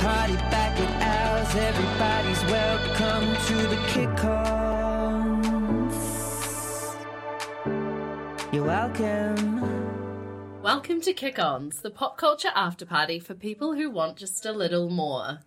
Party back at ours, everybody's welcome to the Kick Ons. You're welcome. Welcome to Kick Ons, the pop culture after party for people who want just a little more.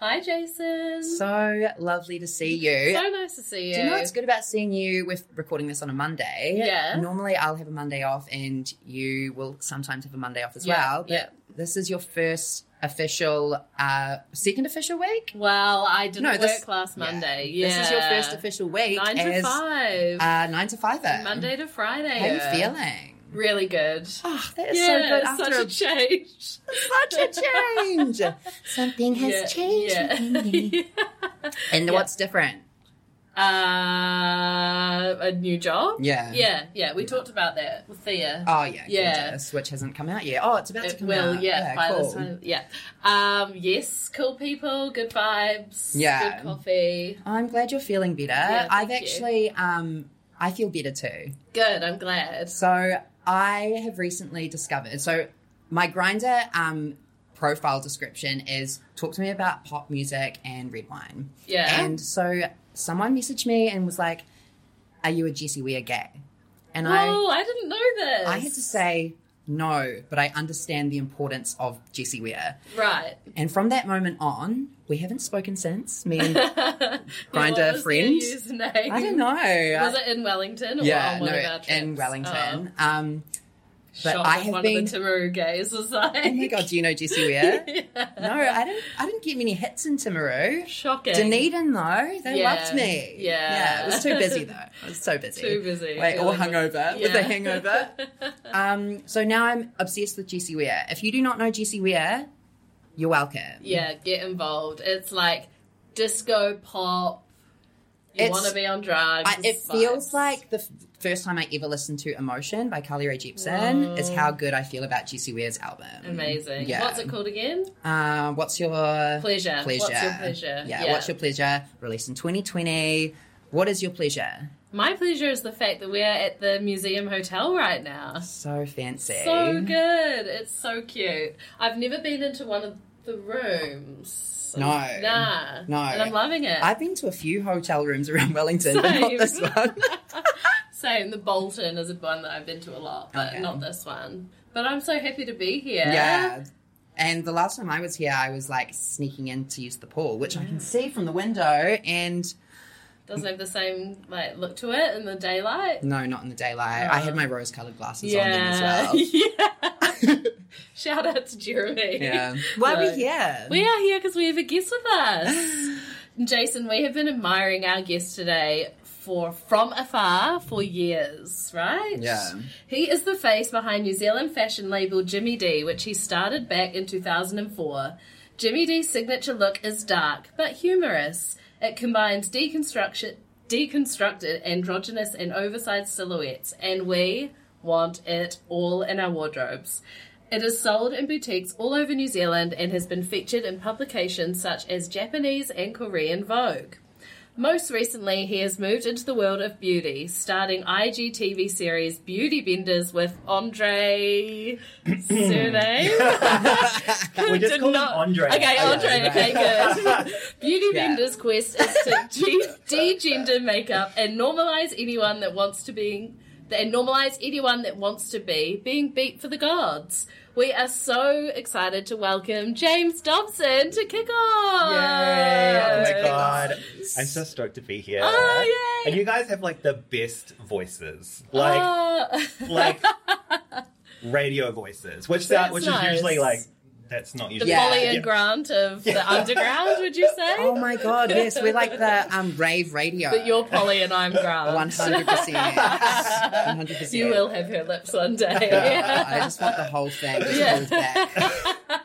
Hi, Jason. So, So lovely to see you. nice to see you. Do you know what's good about seeing you with recording this on a Monday? Yeah. Normally I'll have a Monday off and you will sometimes have a Monday off as Yeah, well. But yeah. this is your first official uh second official week? Well, I didn't No, work this- last Monday. Yeah. Yeah. This is your first official week Nine to as five. uh nine to fiver. Monday to Friday. How are you feeling? Really good. Oh, that is so good yeah, after such a change. such a change. Something has Yeah, changed. yeah. within me. Yeah. And Yeah. what's different? Uh, a new job? Yeah. Yeah, yeah. We talked about that with Thea. Oh yeah, Yeah. Gorgeous, which hasn't come out yet. Oh, it's about to it come will, out. yeah, by cool. this time. Yeah. Um, yes, cool people, good vibes, Yeah. good coffee. I'm glad you're feeling better. Yeah, I've thank you. actually, um, I feel better too. Good, I'm glad. So I have recently discovered. So my grinder um, profile description is talk to me about pop music and red wine. Yeah. And so someone messaged me and was like, "Are you a Jessie Ware gay?" And Whoa, I didn't know this. I, I had to say no, but I understand the importance of Jessie Ware. Right. And from that moment on, we haven't spoken since. Me and What was their friend? Username? I don't know. Was it in Wellington or yeah, on one no, of our trips? in Wellington. Um, Oh, But shocked I if have one been- of the Timaru gays was oh my like, god, do you know Jessie Ware? Yeah. No, I didn't. I didn't get many hits in Timaru. shocking. Dunedin though, they Yeah. loved me. Yeah. yeah, it was too busy though. It was so busy. Too busy. Like all Feeling- hungover with Yeah. a hangover. um, so now I'm obsessed with Jessie Ware. If you do not know Jessie Ware, you're welcome. Yeah, get involved. It's like disco pop. You It's- want to be on drugs. I, it vibes. feels like the f- first time I ever listened to "Emotion" by Carly Rae Jepsen is how good I feel about Jessie Ware's album. Mm. amazing. Yeah. What's it called again? Uh, what's your Pleasure. pleasure. What's your pleasure? Yeah, what's your pleasure? Released in 2020. What is your pleasure? My pleasure is the fact that we're at the museum hotel right now. So fancy. So good. It's so cute. I've never been into one of the rooms. No. Nah. No. And I'm loving it. I've been to a few hotel rooms around Wellington, but not Same. this one. Same. The Bolton is a one that I've been to a lot, but Okay. not this one. But I'm so happy to be here. yeah. And the last time I was here, I was like sneaking in to use the pool, which I can see from the window. And Doesn't have the same like look to it in the daylight. no, not in the daylight. I had my rose colored glasses on then as Oh. Yeah. well. yeah. Shout out to Jeremy. Yeah. Why are No. we here? We are here because we have a guest with us. Jason, we have been admiring our guest today for from afar for years, right? Yeah. He is the face behind New Zealand fashion label Jimmy D, which he started back in 2004. Jimmy D's signature look is dark but humorous. It combines deconstruction deconstructed androgynous and oversized silhouettes and we want it all in our wardrobes. It is sold in boutiques all over New Zealand and has been featured in publications such as Japanese and Korean Vogue. Most recently, he has moved into the world of beauty, starting IGTV series Beauty Benders with Andre. surname? We just Did call not- him Andre. Okay, Oh, yeah, Andre. yeah. Okay, good. Beauty Yeah. Bender's quest is to de- de-gender makeup and normalize anyone that wants to be and normalize anyone that wants to be being beat for the gods. We are so excited to welcome James Dobson to kick off. Oh my Andre. god. I'm so stoked to be here. Oh, yay. And you guys have like the best voices. Like Oh. like radio voices. Which sound That's which nice. is usually like that's not The usually. Yeah. Polly and Grant of the underground, would you say? Oh my god, yes, we're like the um, rave radio. But you're Polly and I'm Grant. one hundred percent, one hundred percent. You will have her lips one day. I just want the whole thing. Just Yeah. moved back.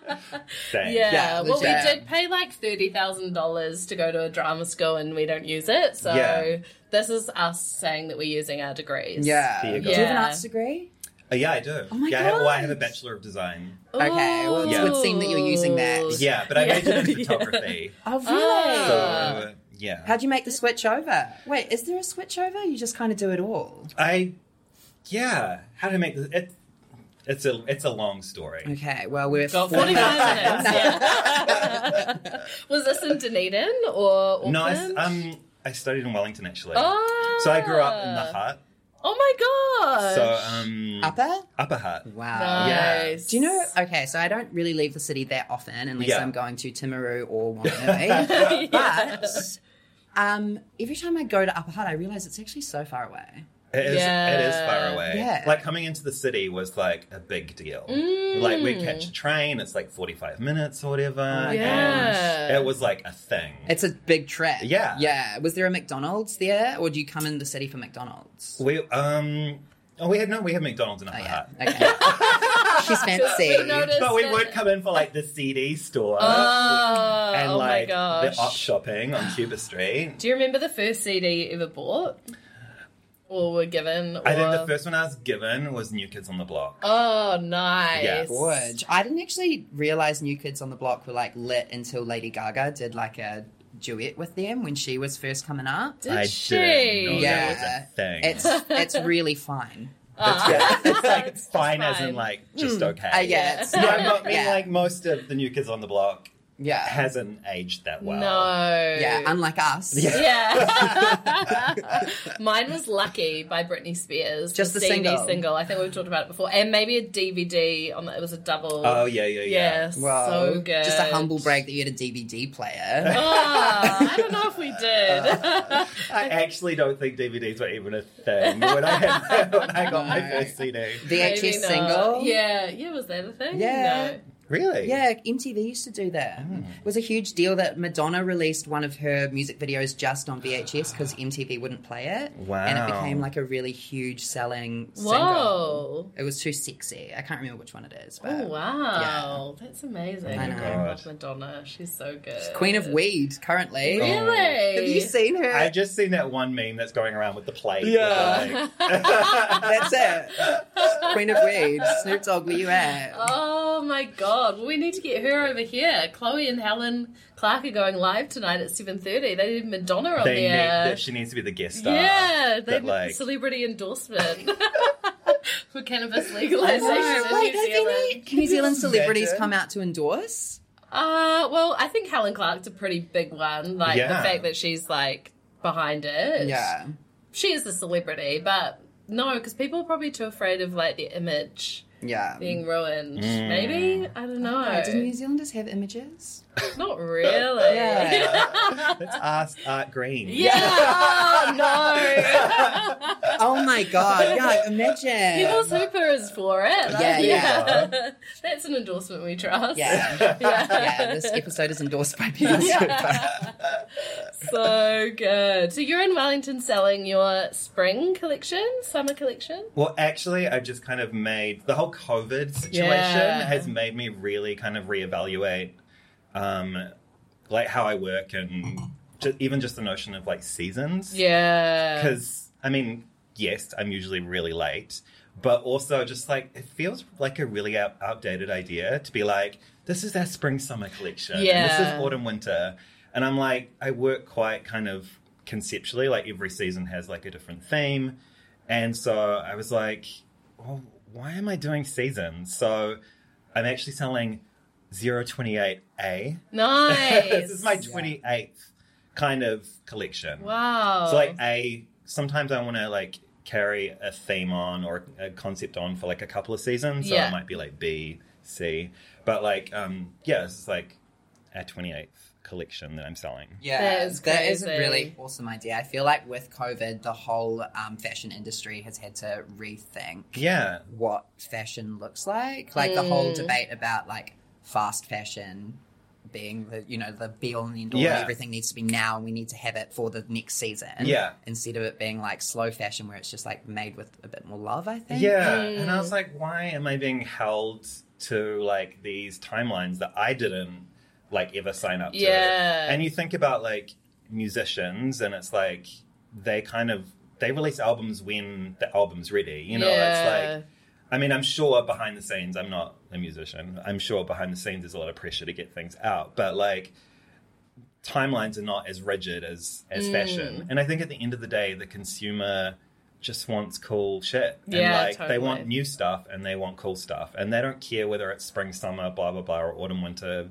Same. Yeah, Yeah, well, we legit. did pay like thirty thousand dollars to go to a drama school, and we don't use it. So Yeah. this is us saying that we're using our degrees. Yeah. There you go. Do you have an Yeah. arts degree? Uh, yeah, I do. Oh my yeah, I have, well, I have a God. bachelor of design. Okay, well, it Yeah. would seem that you're using that. Yeah, but I Yeah. majored in Yeah. photography. Oh really? So Ah. uh, yeah, How'd you make the switch over? Wait, is there a switch over? You just kind of do it all. I yeah. How do I make this? It, it's a it's a long story. Okay, well we're Got forty-five minutes. Yeah. Was this in Dunedin or Auckland? No, I, s- um, I studied in Wellington actually. Ah. So I grew up in the hut. Oh my god! So um, upper. upper hut. Wow. nice. Do you know? Okay, so I don't really leave the city that often unless Yeah. I'm going to Timaru or Whanganui. But um, every time I go to Upper Hutt, I realise it's actually so far away. It is, it is Yeah. far away. Yeah. Like coming into the city was like a big deal. Like Mm. we catch a train, it's like 45 minutes or whatever. Oh and Yeah. It was like a thing. It's a big trip. Yeah. Yeah. Was there a McDonald's there, or do you come in the city for McDonald's? we, um, oh, we had no, we had McDonald's in Upper Oh, yeah. Hutt. Okay. She's fancy. We noticed But we it. would come in for like the CD store Oh, and oh like my gosh. the op shopping on Cuba Street. Do you remember the first CD you ever bought? Or were given? Or... I think the first one I was given was New Kids on the Block. Oh, nice. Yeah. Gorge. I didn't actually realize New Kids on the Block were like lit until Lady Gaga did like a duet with them when she was first coming up. Did I she? didn't know Yeah. that was a thing. It's it's really fine. It's- yeah, it's like It's Oh. fine, as fine. in like Hmm. just okay. Uh, yeah, it's No, I'm not mean Yeah. like most of the New Kids on the Block Yeah. hasn't aged that well. No. Yeah, unlike us. Yeah. Mine was Lucky by Britney Spears. Just the CD single. I think we've talked about it before. And maybe a DVD on the, it was a double. Oh yeah, yeah, yeah. Yes. Wow. So good. Just a humble brag that you had a DVD player. Ah, I don't know if we Uh, did. I actually don't think DVDs were even a thing when I had, when I got my No. first CD. Maybe VHS not. single. Yeah. Yeah, was that a thing? Yeah. No. Really? Yeah, MTV used to do that. It was a huge deal that Madonna released one of her music videos just on VHS because MTV wouldn't play it. Wow. And it became like a really huge selling single. Whoa. It was too sexy. I can't remember which one it is. But Oh wow, that's amazing! I I, know. love Madonna. She's so good. Queen of Weed currently. Really? Have you seen her? I just seen that one meme that's going around with the plate. Yeah. with That's it. Queen of Weed. Snoop Dogg, where you at? Oh my god! Well, we need to get her over here. Chloe and Helen Clark are going live tonight at seven thirty. They need Madonna the, on they need, there. that she needs to be the guest star. uh, yeah, they But, need like- celebrity endorsement for cannabis legalization Oh, in wait, New have any Zealand. New Zealand celebrities imagine? come out to endorse? Uh, well, I think Helen Clark's a pretty big one. Like Yeah. the fact that she's like behind it. Yeah. she is a celebrity, but no, because people are probably too afraid of like the image. Yeah. being ruined. Maybe I don't know. Oh, do New Zealanders have images? Not really. Let's ask Art Green. Yeah. Oh, no. oh my god. Yeah, imagine. People's Hooper is for it. Yeah, yeah. That's an endorsement we trust. Yeah. yeah, this episode is endorsed by People's Super. So good. So you're in Wellington selling your spring collection, summer collection. Well, actually, I've just kind of made the whole COVID situation Yeah. has made me really kind of reevaluate, um, like how I work and just, even just the notion of like seasons. Yeah. Because I mean, yes, I'm usually really late, but also just like it feels like a really out- outdated idea to be like, this is our spring summer collection. and This Yeah. is autumn winter, and I'm like, I work quite kind of conceptually. Like every season has like a different theme, and so I was like, well, why am I doing seasons? So I'm actually selling 028A. Nice. this is my 28th kind of collection. wow. So like a sometimes I want to like carry a theme on or a concept on for like a couple of seasons. So Yeah. it might be like B, C, but like um yeah, this is like our twenty eighth collection that I'm selling. Yeah, That is that is a crazy. really awesome idea. I feel like with COVID, the whole um, fashion industry has had to rethink Yeah, Mm. what fashion looks like. Like the whole debate about like fast fashion being the you know the be all and end all. Yeah. and Everything needs to be now, and we need to have it for the next season. Yeah. Instead of it being like slow fashion, where it's just like made with a bit more love. I think. Yeah. And I was like, why am I being held to like these timelines that I didn't like ever sign up to? Yeah. And you think about like musicians and it's like they kind of they release albums when the album's ready. You know, it's like I mean, I'm sure behind the scenes, I'm not a musician. I'm sure behind the scenes there's a lot of pressure to get things out, but like timelines are not as rigid as as Mm. fashion. And I think at the end of the day, the consumer just wants cool shit. And Yeah, like they totally. want new stuff and they want cool stuff. And they don't care whether it's spring, summer, blah blah blah, or autumn, winter.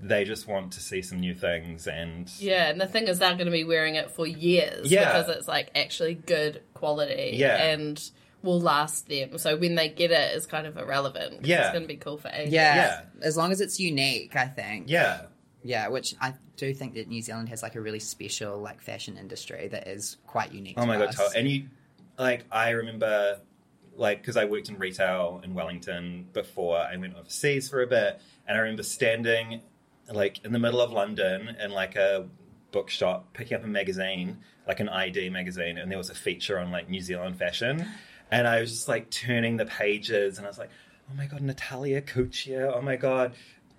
They just want to see some new things and Yeah, and the thing is, they're going to be wearing it for years Yeah. because it's like actually good quality Yeah. and will last them. So when they get it, it's kind of irrelevant. 'cause Yeah. it's going to be cool for ages. Yeah. As long as it's unique, I think. yeah. Yeah, which I do think that New Zealand has like a really special like fashion industry that is quite unique. Oh to my god, us. totally. and you like I remember like because I worked in retail in Wellington before I went overseas for a bit, and I remember standing like in the middle of London in like a bookshop picking up a magazine, like an ID magazine, and there was a feature on like New Zealand fashion, and I was just like turning the pages, and I was like, oh my god, Natalia Cuccia, oh my god.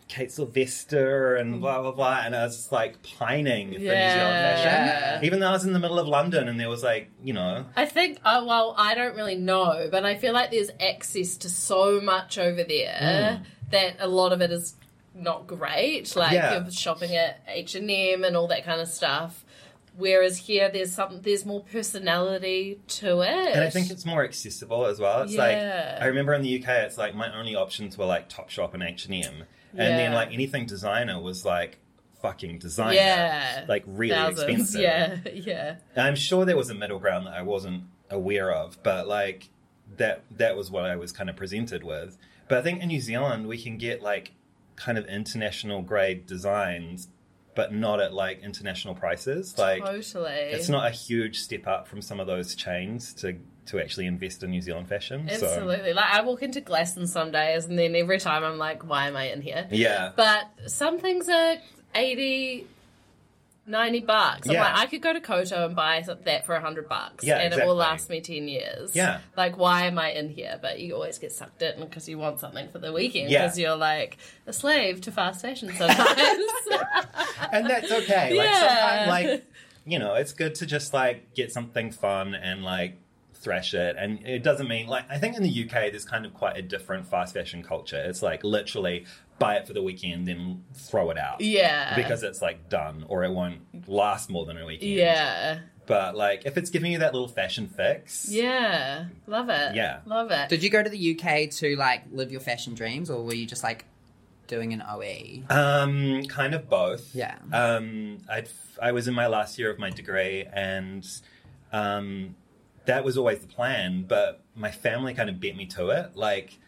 Kate Sylvester and blah blah blah, and I was just like pining for New Zealand Yeah. fashion. Yeah. Even though I was in the middle of London and there was like, you know, I think, oh, well, I don't really know, but I feel like there's access to so much over there Mm. that a lot of it is not great. Like Yeah. you're shopping at H and M and all that kind of stuff. Whereas here, there's some, there's more personality to it. and I think it's more accessible as well. It's Yeah. like I remember in the UK, it's like my only options were like Topshop and H and M, and then Yeah. like anything designer was like fucking designer, yeah, like really thousands. expensive. Yeah, yeah. And I'm sure there was a middle ground that I wasn't aware of, but like that that was what I was kind of presented with. But I think in New Zealand we can get like kind of international grade designs, but not at like international prices. Like totally. it's not a huge step up from some of those chains to to actually invest in New Zealand fashion. So Absolutely. Like I walk into Glasson some days, and then every time I'm like, why am I in here? yeah, But some things are 80, 90 bucks. I'm Yeah. like, I could go to Koto and buy some- that for 100 bucks Yeah, and it will exactly. last me 10 years. Yeah. Like, why am I in here? But you always get sucked in because you want something for the weekend Yeah. because you're like a slave to fast fashion sometimes. and that's okay. Like Uh, Yeah. sometimes, like you know, it's good to just like get something fun and like thrash it. And it doesn't mean like I think in the UK there's kind of quite a different fast fashion culture. It's like literally buy it for the weekend, then throw it out. yeah. Because it's like done, or it won't last more than a weekend. Yeah. But like, if it's giving you that little fashion fix, Yeah. Love it. Yeah. Love it. Did you go to the UK to like live your fashion dreams, or were you just like doing an OE? Um, kind of both. Yeah. Um, I I was in my last year of my degree, and um, that was always the plan. But my family kind of beat me to it. Like,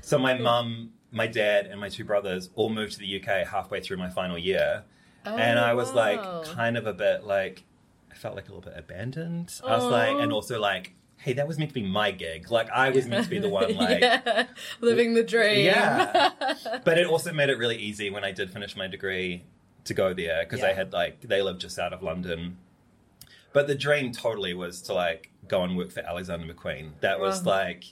so my Hmm. mum, my dad, and my two brothers all moved to the UK halfway through my final year, and Oh, I was wow. like, kind of a bit like, I felt like a little bit abandoned. I was like, Aw. and also like. Hey, that was meant to be my gig. Like I was meant to be the one, like yeah. Living the dream. yeah. but it also made it really easy when I did finish my degree to go there because I Yeah. had like they lived just out of London. But the dream totally was to like go and work for Alexander McQueen. That was Wow. like,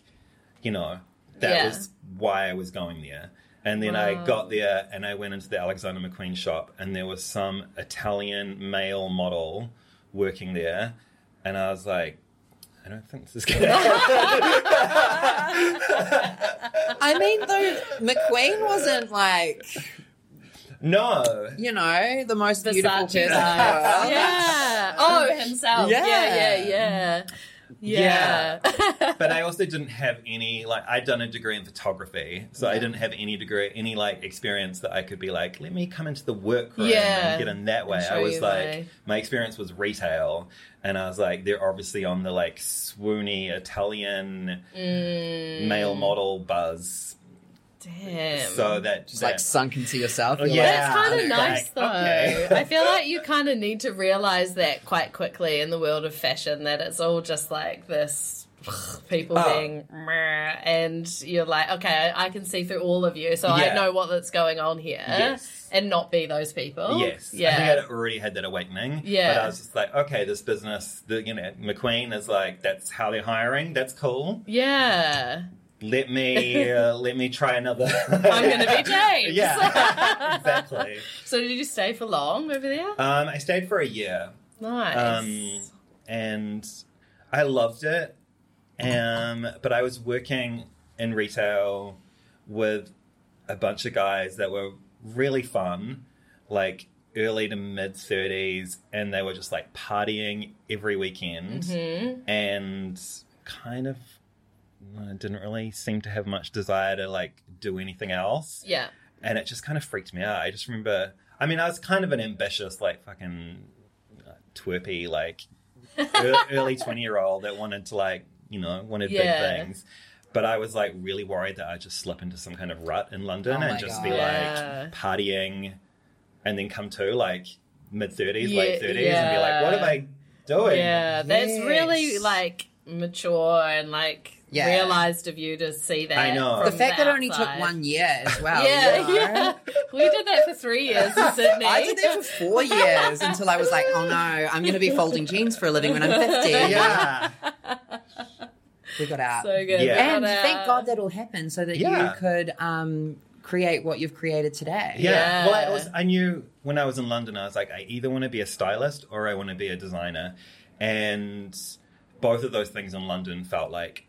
you know, that Yeah. was why I was going there. And then Wow. I got there and I went into the Alexander McQueen shop and there was some Italian male model working there and I was like, I don't think this is gonna I mean, though McQueen wasn't like No. you know the most Versace. beautiful person in the world. yeah. Oh, himself. Yeah, yeah, yeah. Yeah. Yeah. Yeah. but I also didn't have any like I'd done a degree in photography, so I didn't have any degree, any like experience that I could be like, let me come into the workroom Yeah. and get in that way. show I was you like, my- my experience was retail, and I was like, they're obviously on the like swoony Italian male model buzz, Mm. Damn. so that Just that, like sunk into yourself. You're Yeah. like, That's kind of Like, nice, though. okay. I feel like you kind of need to realize that quite quickly in the world of fashion that it's all just like this people Oh. being meh, and you're like, okay, I can see through all of you, so I Yeah. know what that's going on here, Yes. and not be those people. Yes. I Oh, yeah, think I'd already had that awakening. Yeah. But I was just like, okay, this business, the, you know, McQueen is like, that's how they're hiring. That's cool. yeah. Let me, uh, let me try another. I'm gonna be James. yeah. exactly. So did you stay for long over there? Um, I stayed for a year. Nice. Um, and I loved it. Um, but I was working in retail with a bunch of guys that were really fun, like early to mid 30s, and they were just like partying every weekend Mhm. and kind of uh, didn't really seem to have much desire to like do anything else Yeah. and it just kind of freaked me out. I just remember, I mean, I was kind of an ambitious, like fucking uh, twerpy, like ear- early twenty year old that wanted to like, you know, wanted Yeah. big things. But I was like really worried that I'd just slip into some kind of rut in London Oh my and just be God. like Yeah. partying, and then come to like mid thirties, Yeah, late thirties, and be like, what am I doing? Yeah, that's Yes. really like mature and like Yeah. realized of you to see that. I know. from the fact that it only took outside. one year as well. yeah, you know? yeah. We did that for three years in Sydney. I did that for four years until I was like, oh no, I'm going to be folding jeans for a living when I'm 50. Yeah. We got out. so good. Yeah. and Shout thank out. God that all happened so that Yeah. you could um, create what you've created today. Yeah. Yeah. Well, I, was, I knew when I was in London, I was like, I either want to be a stylist or I want to be a designer. And both of those things in London felt like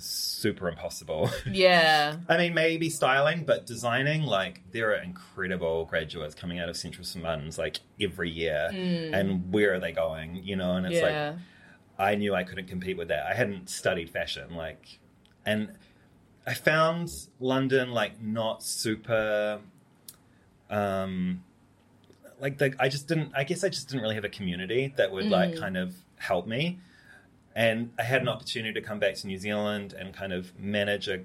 super impossible. Yeah. I mean, maybe styling, but designing, like, there are incredible graduates coming out of Central St. Martin's, like, every year. Mm. And where are they going? You know, and it's like, Hmm. yeah. I knew I couldn't compete with that. I hadn't studied fashion, like, and I found London like not super, um, like the, I just didn't. I guess I just didn't really have a community that would like kind of help me. And I had an opportunity to come back to New Zealand and kind of manage a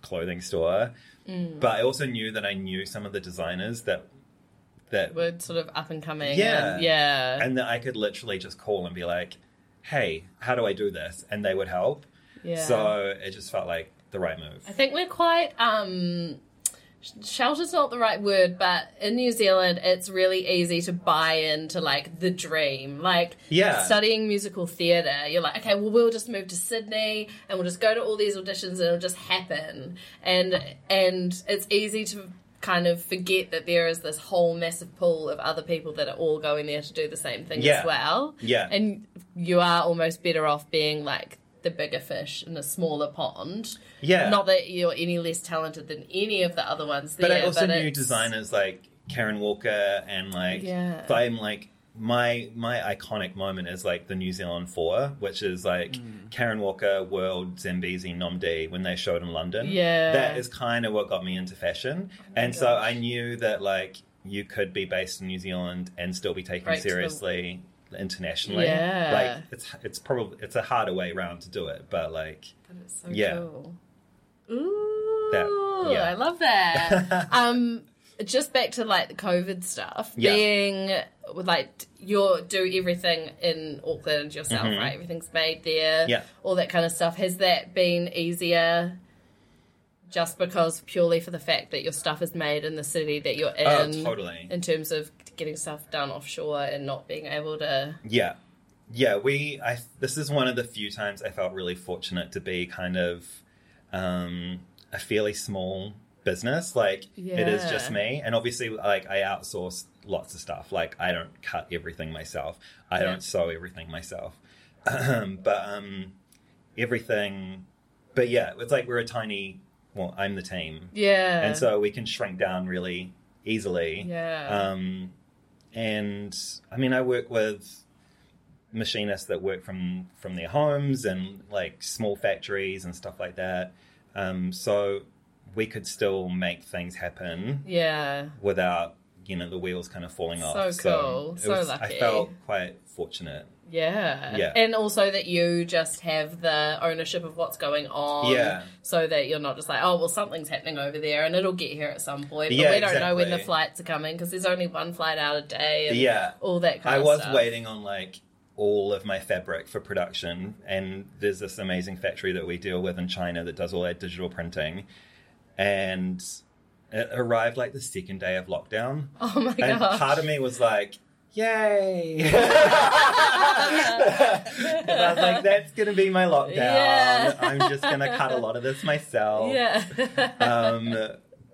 clothing store, but I also knew that I knew some of the designers that that We're sort of up and coming. Yeah. and- yeah. and that I could literally just call and be like, "Hey, how do I do this?" and they would help. yeah. So it just felt like the right move. I think we're quite um sh- shelter's not the right word, but in New Zealand it's really easy to buy into like the dream. Like Yeah. studying musical theatre, you're like, okay, well we'll just move to Sydney and we'll just go to all these auditions and it'll just happen. And and it's easy to kind of forget that there is this whole massive pool of other people that are all going there to do the same thing Yeah. as well. Yeah. And you are almost better off being like the bigger fish in a smaller pond. Yeah. Not that you're any less talented than any of the other ones there. but I also knew it's- designers like Karen Walker and like Yeah. so I'm like my my iconic moment is like the New Zealand Four, which is like Karen Walker, World, Zambezi, Nomdi when they showed in London. Yeah. Oh that is kind of what got me into fashion, and so I knew that like you could be based in New Zealand and still be taken Right to the- seriously internationally. Yeah. like it's it's probably it's a harder way around to do it, but like But it's so Yeah. cool. Ooh, That- yeah. I love that. um, just back to like the COVID stuff. Yeah. Being with like you do everything in Auckland yourself, right? Everything's made there. Mm-hmm. Yeah. All that kind of stuff. Has that been easier? Just because purely for the fact that your stuff is made in the city that you're in, Oh, totally. in terms of getting stuff done offshore and not being able to, Yeah. Yeah, we I this is one of the few times I felt really fortunate to be kind of um a fairly small business. Like it is just Yeah. me and obviously like I outsource lots of stuff. Like I don't cut everything myself. I Yeah. don't sew everything myself. but um everything but yeah, it's like we're a tiny well, I'm the team yeah, and so we can shrink down really easily. Yeah. Um, and I mean, I work with machinists that work from from their homes and like small factories and stuff like that. Um, so we could still make things happen yeah, without you know the wheels kind of falling off. So cool. it So was- lucky. I felt quite fortunate. Yeah. Yeah. And also that you just have the ownership of what's going on. Yeah. So that you're not just like, oh, well, something's happening over there and it'll get here at some point. Yeah, but we don't know when the exactly. flights are coming because there's only one flight out a day and Yeah. all that kind I of was stuff. waiting on like all of my fabric for production. And there's this amazing factory that we deal with in China that does all our digital printing. And it arrived like the second day of lockdown. Oh my and gosh. part of me was like, yay. and I was like, that's going to be my lockdown. Yeah. I'm just going to cut a lot of this myself yeah. um,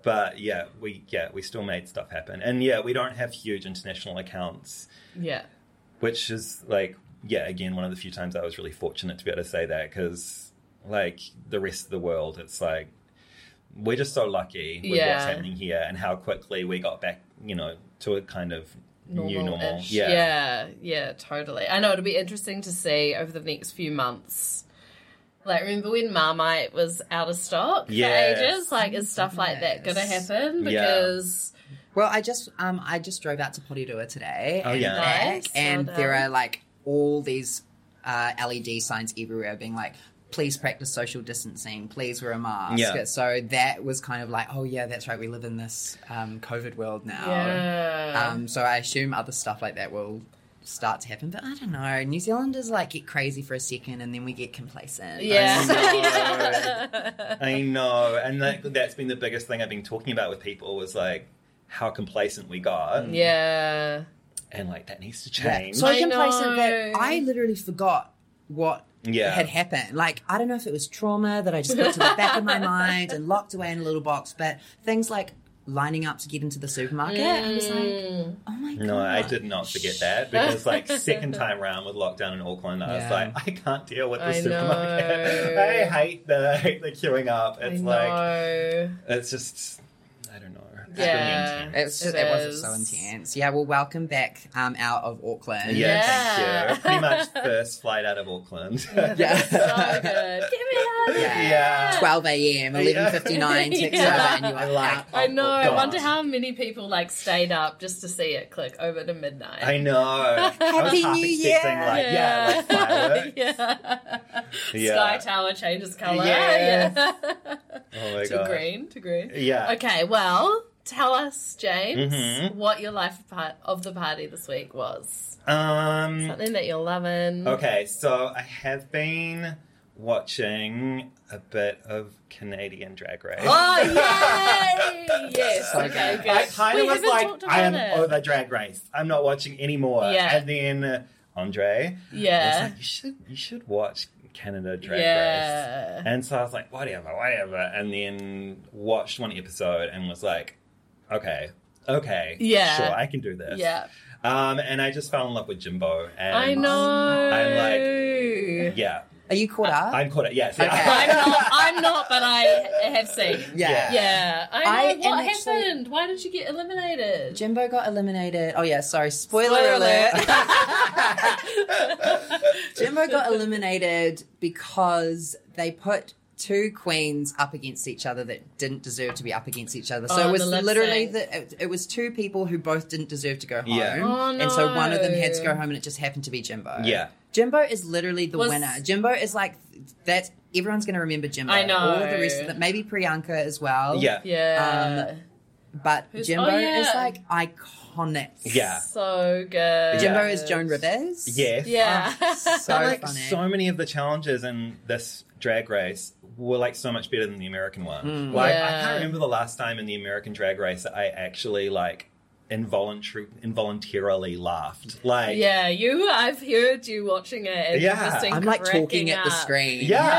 but yeah, we yeah we still made stuff happen, and yeah, we don't have huge international accounts, yeah. which is like yeah again one of the few times I was really fortunate to be able to say that because like the rest of the world, it's like we're just so lucky with Yeah. what's happening here and how quickly we got back, you know, to a kind of new normal. Normal-ish. yeah, yeah, totally. I know it'll be interesting to see over the next few months. Like, remember when Marmite was out of stock Yes. for ages? Like, is stuff like that going to Yes. happen? Yeah. Because Well, I just um I just drove out to Porirua today. Oh, and yeah. back, Nice. and Well there done. are like all these uh, LED signs everywhere being like, please practice social distancing, please wear a mask. Yeah. So that was kind of like, oh yeah, that's right, we live in this um, COVID world now. yeah, Um, so I assume other stuff like that will start to happen, but I don't know. New Zealanders like get crazy for a second and then we get complacent. yeah, I know, and that that's been the biggest thing I've been talking about with people was like how complacent we got, yeah. and like that needs to Yeah. change. So I complacent that know. I literally forgot what Yeah. had happened. Like I don't know if it was trauma that I just got to the back of my mind and locked away in a little box, but things like lining up to get into the supermarket, I was like, Mm. oh my god. No, I did not forget that because, like, second time round with lockdown in Auckland, I was Yeah. like, I can't deal with the I supermarket. know. I hate the I hate the queuing up. I It's like know. it's just I don't know. It's Yeah. really intense. It's, It it, was is. so intense. Yeah, well, welcome back um, out of Auckland. Yeah, Yeah. thank you. Pretty much first flight out of Auckland. Yeah. So good. Give me that. Yeah. 12 a.m., 11.59, Yeah. text over, and you are like, I know. I God. wonder how many people like stayed up just to see it click over to midnight. I know. I was Happy half New expecting, Year. Like, yeah, like fireworks. yeah. Yeah. Sky Tower changes color. Yes. Yeah. Oh my to god. green, to green. Yeah. Okay, well, tell us, James, Mhm. what your life part of the party this week was. Um. Something that you're loving. Okay, so I have been watching a bit of Canadian Drag Race. Oh, yay! yes. So okay, good. good. I kind of We was haven't like, talked about I am it. over Drag Race. I'm not watching anymore. Yeah. And then uh, Andre was Yeah. like, you should, you should watch Canada Drag Race. yeah. And so I was like, whatever, whatever. And then watched one episode and was like, okay, okay, Yeah. sure, I can do this. Yeah. Um, and I just fell in love with Jimbo. And I know. I'm Yeah, Are you caught up? I'm caught. Yes. Okay. I'm not, I'm not, but I have seen. yeah. Yeah. I know. I am what actually- happened? Why did you get eliminated? Jimbo got eliminated. Oh yeah, sorry. Spoiler, Spoiler alert. alert. Jimbo got eliminated because they put two queens up against each other that didn't deserve to be up against each other. So Oh, it was the lip literally sync. the, it, it was two people who both didn't deserve to go home. Yeah. Oh, And so one of them had to no. go home and it just happened to be Jimbo. Yeah. Jimbo is literally the Was- winner. Jimbo is like that's everyone's going to remember Jimbo. I know. All of the rest of them, maybe Priyanka as well. Yeah. Yeah. Um, But Who's- Jimbo oh, yeah. is like iconic. Yeah. so good. Jimbo is Joan Rivers. Oh, Yes. Yeah. so But, like funny. so many of the challenges in this drag race were like so much better than the American one. Hmm. Like I Yeah. can't remember the last time in the American drag race that I actually like involuntary involuntarily laughed. Like yeah, you. I've heard you watching it. And Yeah. just been I'm like talking cracking at the up. screen. Yeah.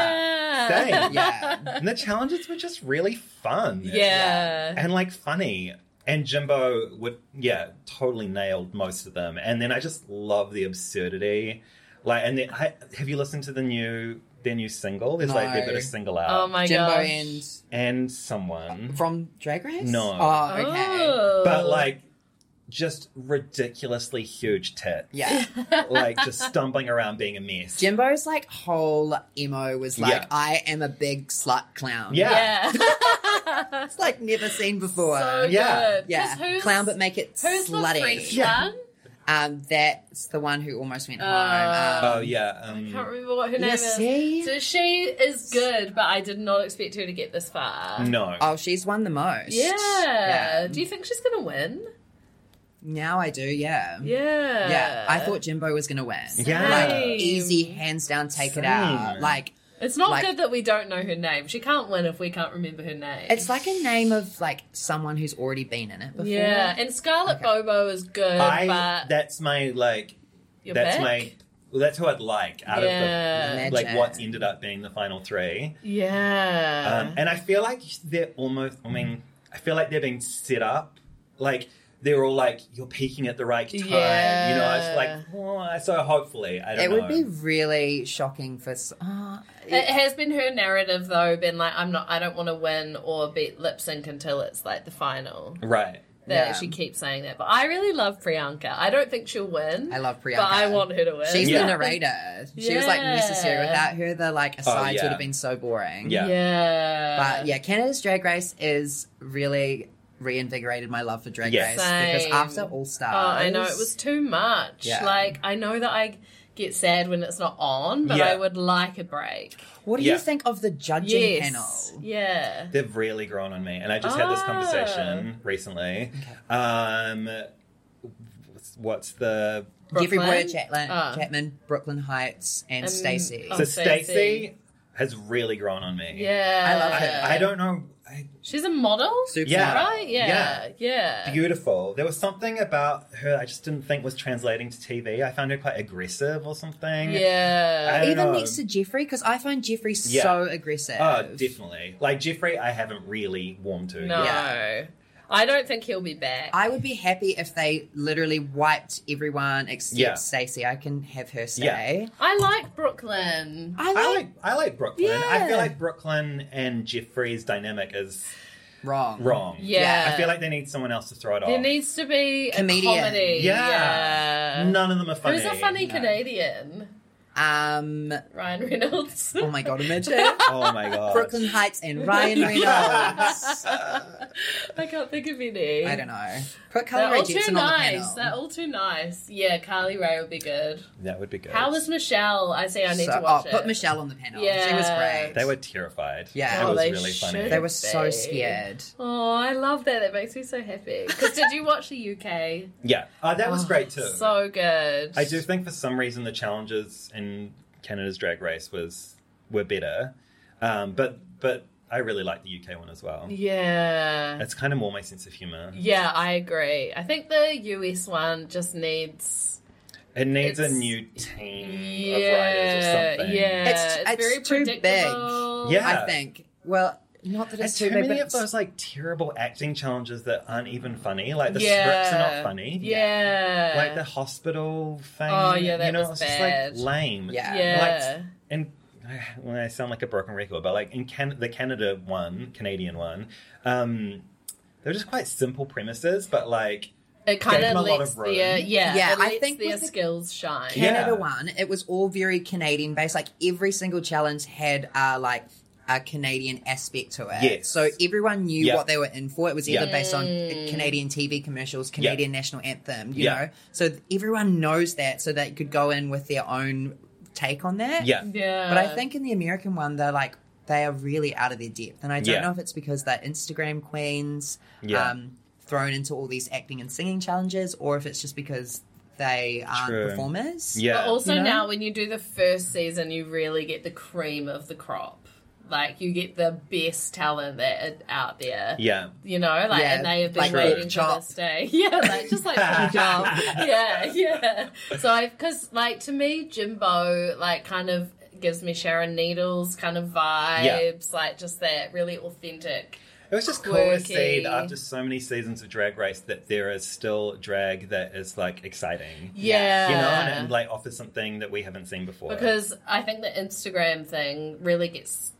Yeah. Same. Yeah. And the challenges were just really fun. Yeah. And like funny. And Jimbo would yeah, totally nailed most of them. And then I just love the absurdity. Like and then I, have you listened to the new their new single? There's like they've got No. a single out. Oh my Jimbo gosh. and and uh, someone. from Drag Race? No. Oh, okay. Oh. But like just ridiculously huge tit. Yeah. like just stumbling around being a mess. Jimbo's like whole emo was like, Yeah. I am a big slut clown. Yeah. Yeah. It's like never seen before. so Yeah. good. 'Cause yeah. Who's, Clown but make it who's the slutty. French Yeah. one? Um, that's the one who almost went Uh, home. Um, Oh yeah. I can't Um, remember what her name yeah, is. see? So she is good, but I did not expect her to get this far. no. Uh, Oh, she's won the most. Yeah. Yeah. Do you think she's gonna win? Now I do, yeah. Yeah. Mm. Yeah, I thought Jimbo was gonna win. Yeah. like Same. easy, hands down, take Same. it out. Like It's not Like- good that we don't know her name. She can't win if we can't remember her name. it's like a name of like someone who's already been in it before. yeah, and Scarlet Okay. Bobo is good, I but that's my like you're that's back? my well, that's who I'd like out Yeah. of the like Imagine. what ended up being the final three. yeah. Um, and I feel like they're almost. I mean, I feel like they're being set up. Like they're all like, "You're peaking at the right time." You know, it's like, "Oh," so hopefully, I don't It know. would be really shocking for. s- Oh, It has been her narrative though, been like, I'm not, I don't want to win or beat lip sync until it's like the final. right. That Yeah. she keeps saying that, but I really love Priyanka. I don't think she'll win. I love Priyanka. but I want her to win. She's Yeah. Oh, the narrator. She was like necessary. Yeah. Without her, the like asides yeah. would have been so boring. Yeah. yeah. yeah. But yeah, Canada's Drag Race is really reinvigorated my love for Drag Yes. Race because Same. after All Stars, Oh, I know it was too much. Yeah. Like I know that I get sad when it's not on, but Yeah. I would like a break. What do Yeah. you think of the judging Yes. panel? Yeah. They've really grown on me, and I just had this Ah. conversation recently. Um, what's- what's the Jeffrey Brooklyn? Boyer Chapman, Ah. Chapman, Brooklyn Heights, and Um, Stacey. oh. so Stacey. Stacey has really grown on me. Yeah. I love her. I, I don't know. I, She's a model, Super Yeah. model. right? Yeah. Yeah. beautiful. There was something about her I just didn't think was translating to TV. I found her quite aggressive or something. I Yeah. don't Even know. next to Jeffrey, because I find Jeffrey um, Yeah. so aggressive. Oh, definitely. Like Jeffrey, I haven't really warmed to. No. yet. Yeah. I don't think he'll be back. I would be happy if they literally wiped everyone except Yeah. Stacey. I can have her stay. Yeah. I like Brooklyn. I like, I like I like Brooklyn. I Yeah. feel like Brooklyn and Jeffrey's dynamic is wrong. wrong. Yeah. I feel like they need someone else to throw it off. There needs to be a Comedian. comedy. Yeah. None of them are funny. Who's a funny No. Canadian? Um. Ryan Reynolds. Oh my god, imagine Oh my god. Brooklyn Heights and Ryan Reynolds. I can't think of any. I don't know. Put They're Carly Rae all too Jepsen on the nice. panel. They're all too nice. Yeah, Carly Rae would be good. That would be good. How was Michelle? I say I need So- to watch oh, it. put Michelle on the panel. She was Yeah. great. they were terrified. Yeah. It Oh, was they really funny. should. They were so Babe. scared. Oh, I love that. That makes me so happy. Because did you watch the UK? Yeah. Uh, that was great too. Oh, So good. I do think for some reason the challenges in Canada's drag race was were better. Um, but but I really like the UK one as well. Yeah. It's kind of more my sense of humor. Yeah, I agree. I think the US one just needs. It needs a It's- new team Mm, of Yeah, writers or something. yeah. It's- it's, it's very too big. predictable. Yeah. I think. Well, not that There's it's too big, but many of those like terrible acting challenges that aren't even funny. Like the yeah. scripts are not funny. Yeah. Like the hospital thing. Oh, yeah, that you know, was it's bad. just like lame. Yeah. Yeah. And when I sound like a broken record, but like in Can- the Canada one, Canadian one, um, they're just quite simple premises, but like it kind gave them a of lot lets of room. their yeah, Yeah, it I lets think their with the- skills shine. Yeah. Canada one, it was all very Canadian based. Like every single challenge had uh, like a Canadian aspect to it. Yes. So everyone knew Yeah. what they were in for. It was either Yeah. based on Canadian TV commercials, Yeah. Canadian national anthem, you Yeah. know. So th- everyone knows that, so they could go in with their own take on that. yeah, Yeah. But I think in the American one, they're like they are really out of their depth, and I don't Yeah. know if it's because they're Instagram queens, Yeah. um, thrown into all these acting and singing challenges, or if it's just because they aren't True. performers. yeah. But also You know? now, when you do the first season, you really get the cream of the crop. Like you get the best talent that are out there. yeah. You know, like Yeah, and they have been like waiting for Chop. this day. Yeah, like just like Pork Chop. Yeah, yeah. So I, because like to me, Jimbo like kind of gives me Sharon Needles kind of vibes, like just that really authentic. It was just cool to see Quirky. that after so many seasons of Drag Race that there is still drag that is like exciting. Yeah, you know, and, and like offers something that we haven't seen before. because I think the Instagram thing really gets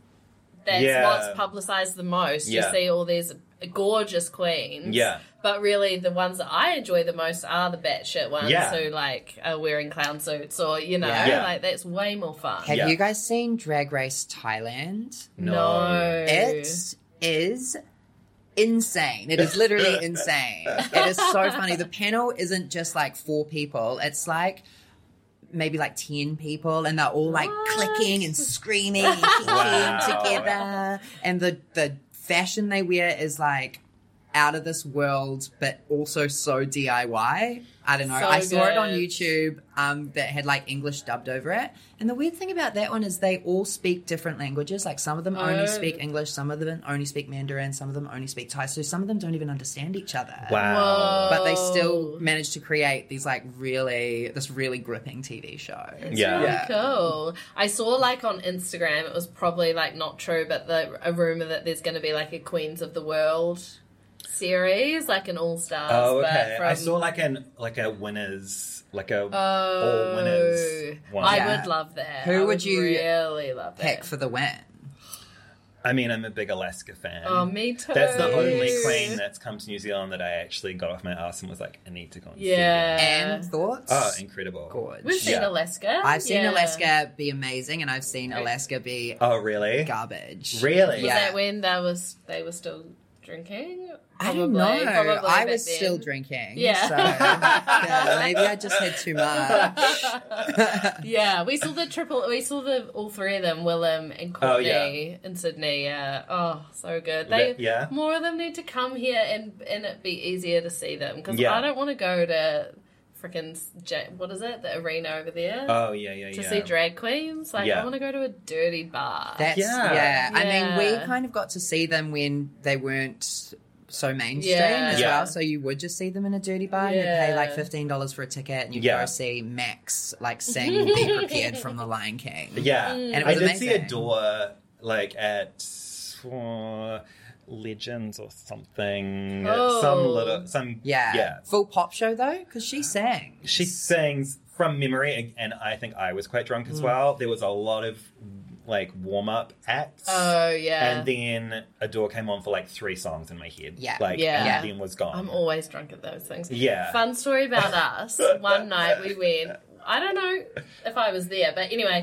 that's Yeah. what's publicized the most. Yeah. You see all these gorgeous queens, Yeah. But really, the ones that I enjoy the most are the batshit ones Yeah. who like are wearing clown suits or you know, Yeah. Yeah. like that's way more fun. Have Yeah. you guys seen Drag Race Thailand? no, It is insane. It is literally insane. It is so funny. The panel isn't just like four people, it's like maybe like 10 people, and they're all like What? clicking and screaming and kicking Wow. together. And the, the fashion they wear is like out of this world, but also so DIY. I don't know. So I saw it on good. YouTube um, that had like English dubbed over it. And the weird thing about that one is they all speak different languages. Like some of them Oh. only speak English, some of them only speak Mandarin, some of them only speak Thai. So some of them don't even understand each other. Wow. But they Whoa. still managed to create these like really, this really gripping TV show. It's Yeah. really Yeah. cool. I saw like on Instagram, it was probably like not true, but the a rumor that there's going to be like a Queens of the World series, like an All Stars. Oh, but okay. From, I saw like an like a winners, like a oh, all winners one. I Yeah. would love that. Who I would you really love Pick that? for the win. I mean, I'm a big Alaska fan. oh, me too. That's the only queen that's come to New Zealand that I actually got off my ass and was like, I need to go and see Yeah. again. And thoughts? Oh, incredible. Gorge. We've seen Yeah. Alaska. I've seen Yeah. Alaska be amazing, and I've seen Alaska be Oh, really? garbage. Really? Was Yeah. that when that was they were still drinking? I don't know. Probably- probably I back was still then. drinking. Yeah. So, yeah, maybe I just had too much. Yeah, we saw the triple. We saw the all three of them, Willem and Oh, Courtney in Sydney. Yeah. Oh, so good. They That- yeah. more of them need to come here and and it be easier to see them because Yeah. I don't want to go to freaking J- what is it the arena over there Oh, yeah, yeah, to yeah. see drag queens. Like I Yeah. want to go to a dirty bar. That's Yeah. yeah. I mean, Yeah. we kind of got to see them when they weren't so mainstream Yeah. as Yeah. well. So you would just see them in a dirty bar. and You Yeah. pay like fifteen dollars for a ticket, and you Yeah. go see Max like sing "Be Prepared" from The Lion King. Yeah. And it I was did see a amazing. door like at uh, Legends or something. Oh. Some little some Yeah. Yeah. Full pop show though, because she sang. She sings from memory and- and I think I was quite drunk Mm. as well. There was a lot of like warm up acts. oh yeah. And then a door came on for like three songs in my head. Yeah. Like Yeah. and then was gone. I'm always drunk at those things. Yeah. Fun story about us. One night we went. I don't know if I was there, but anyway,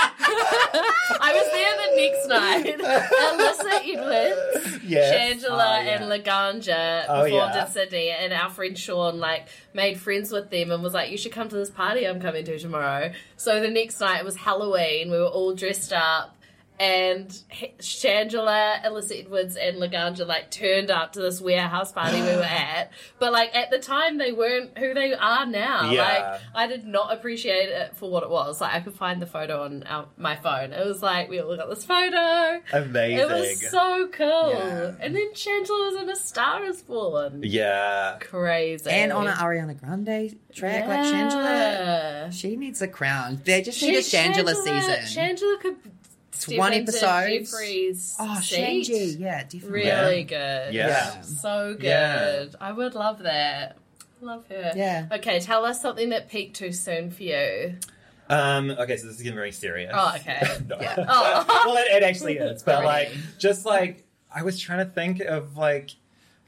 I was there the next night. Alyssa Edwards, Yes. Shangela, Oh, yeah. and Laganja Oh, performed yeah. in Sydney, and our friend Sean like made friends with them and was like, "You should come to this party I'm coming to tomorrow." So the next night it was Halloween. We were all dressed up and H- Shangela, Alyssa Edwards, and Laganja like turned up to this warehouse party we were at. But like at the time, they weren't who they are now. Yeah. Like I did not appreciate it for what it was. Like I could find the photo on our, my phone. It was like we all got this photo. Amazing. It was so cool. Yeah. And then Shangela was in A Star Is Born. yeah. Crazy. And on an Ariana Grande track like Shangela. Yeah. She needs a crown. They just need a She- Shangela season. Shangela could. step one into episode. Jeffrey's oh, seat. Shanji. Yeah, definitely. Really good. Yeah. So good. Yeah. I would love that. Love her. Yeah. Okay, tell us something that peaked too soon for you. Um, okay, so this is getting very serious. Oh, okay. No. Yeah. Oh. well, it, it actually is, but like, Already. just like I was trying to think of like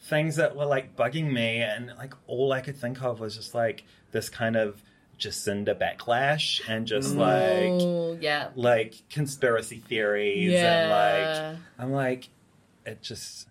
things that were like bugging me, and like all I could think of was just like this kind of Jacinda backlash, and just like Ooh, yeah. like conspiracy theories, and like Yeah. I'm like, it just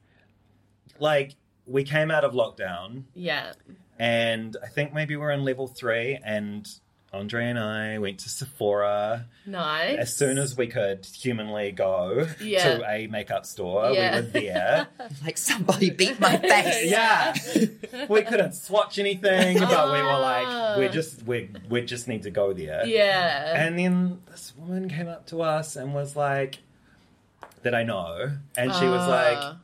like we came out of lockdown Yeah. and I think maybe we're on level three. And Andre and I went to Sephora Nice. as soon as we could humanly go Yeah. to a makeup store. Yeah. Oh, We were there. Like somebody beat my face. yeah, we couldn't swatch anything, but we were Ah. like, we just we we just need to go there. Yeah. And then this woman came up to us and was like, "That I know," and she Uh, was like, Ah.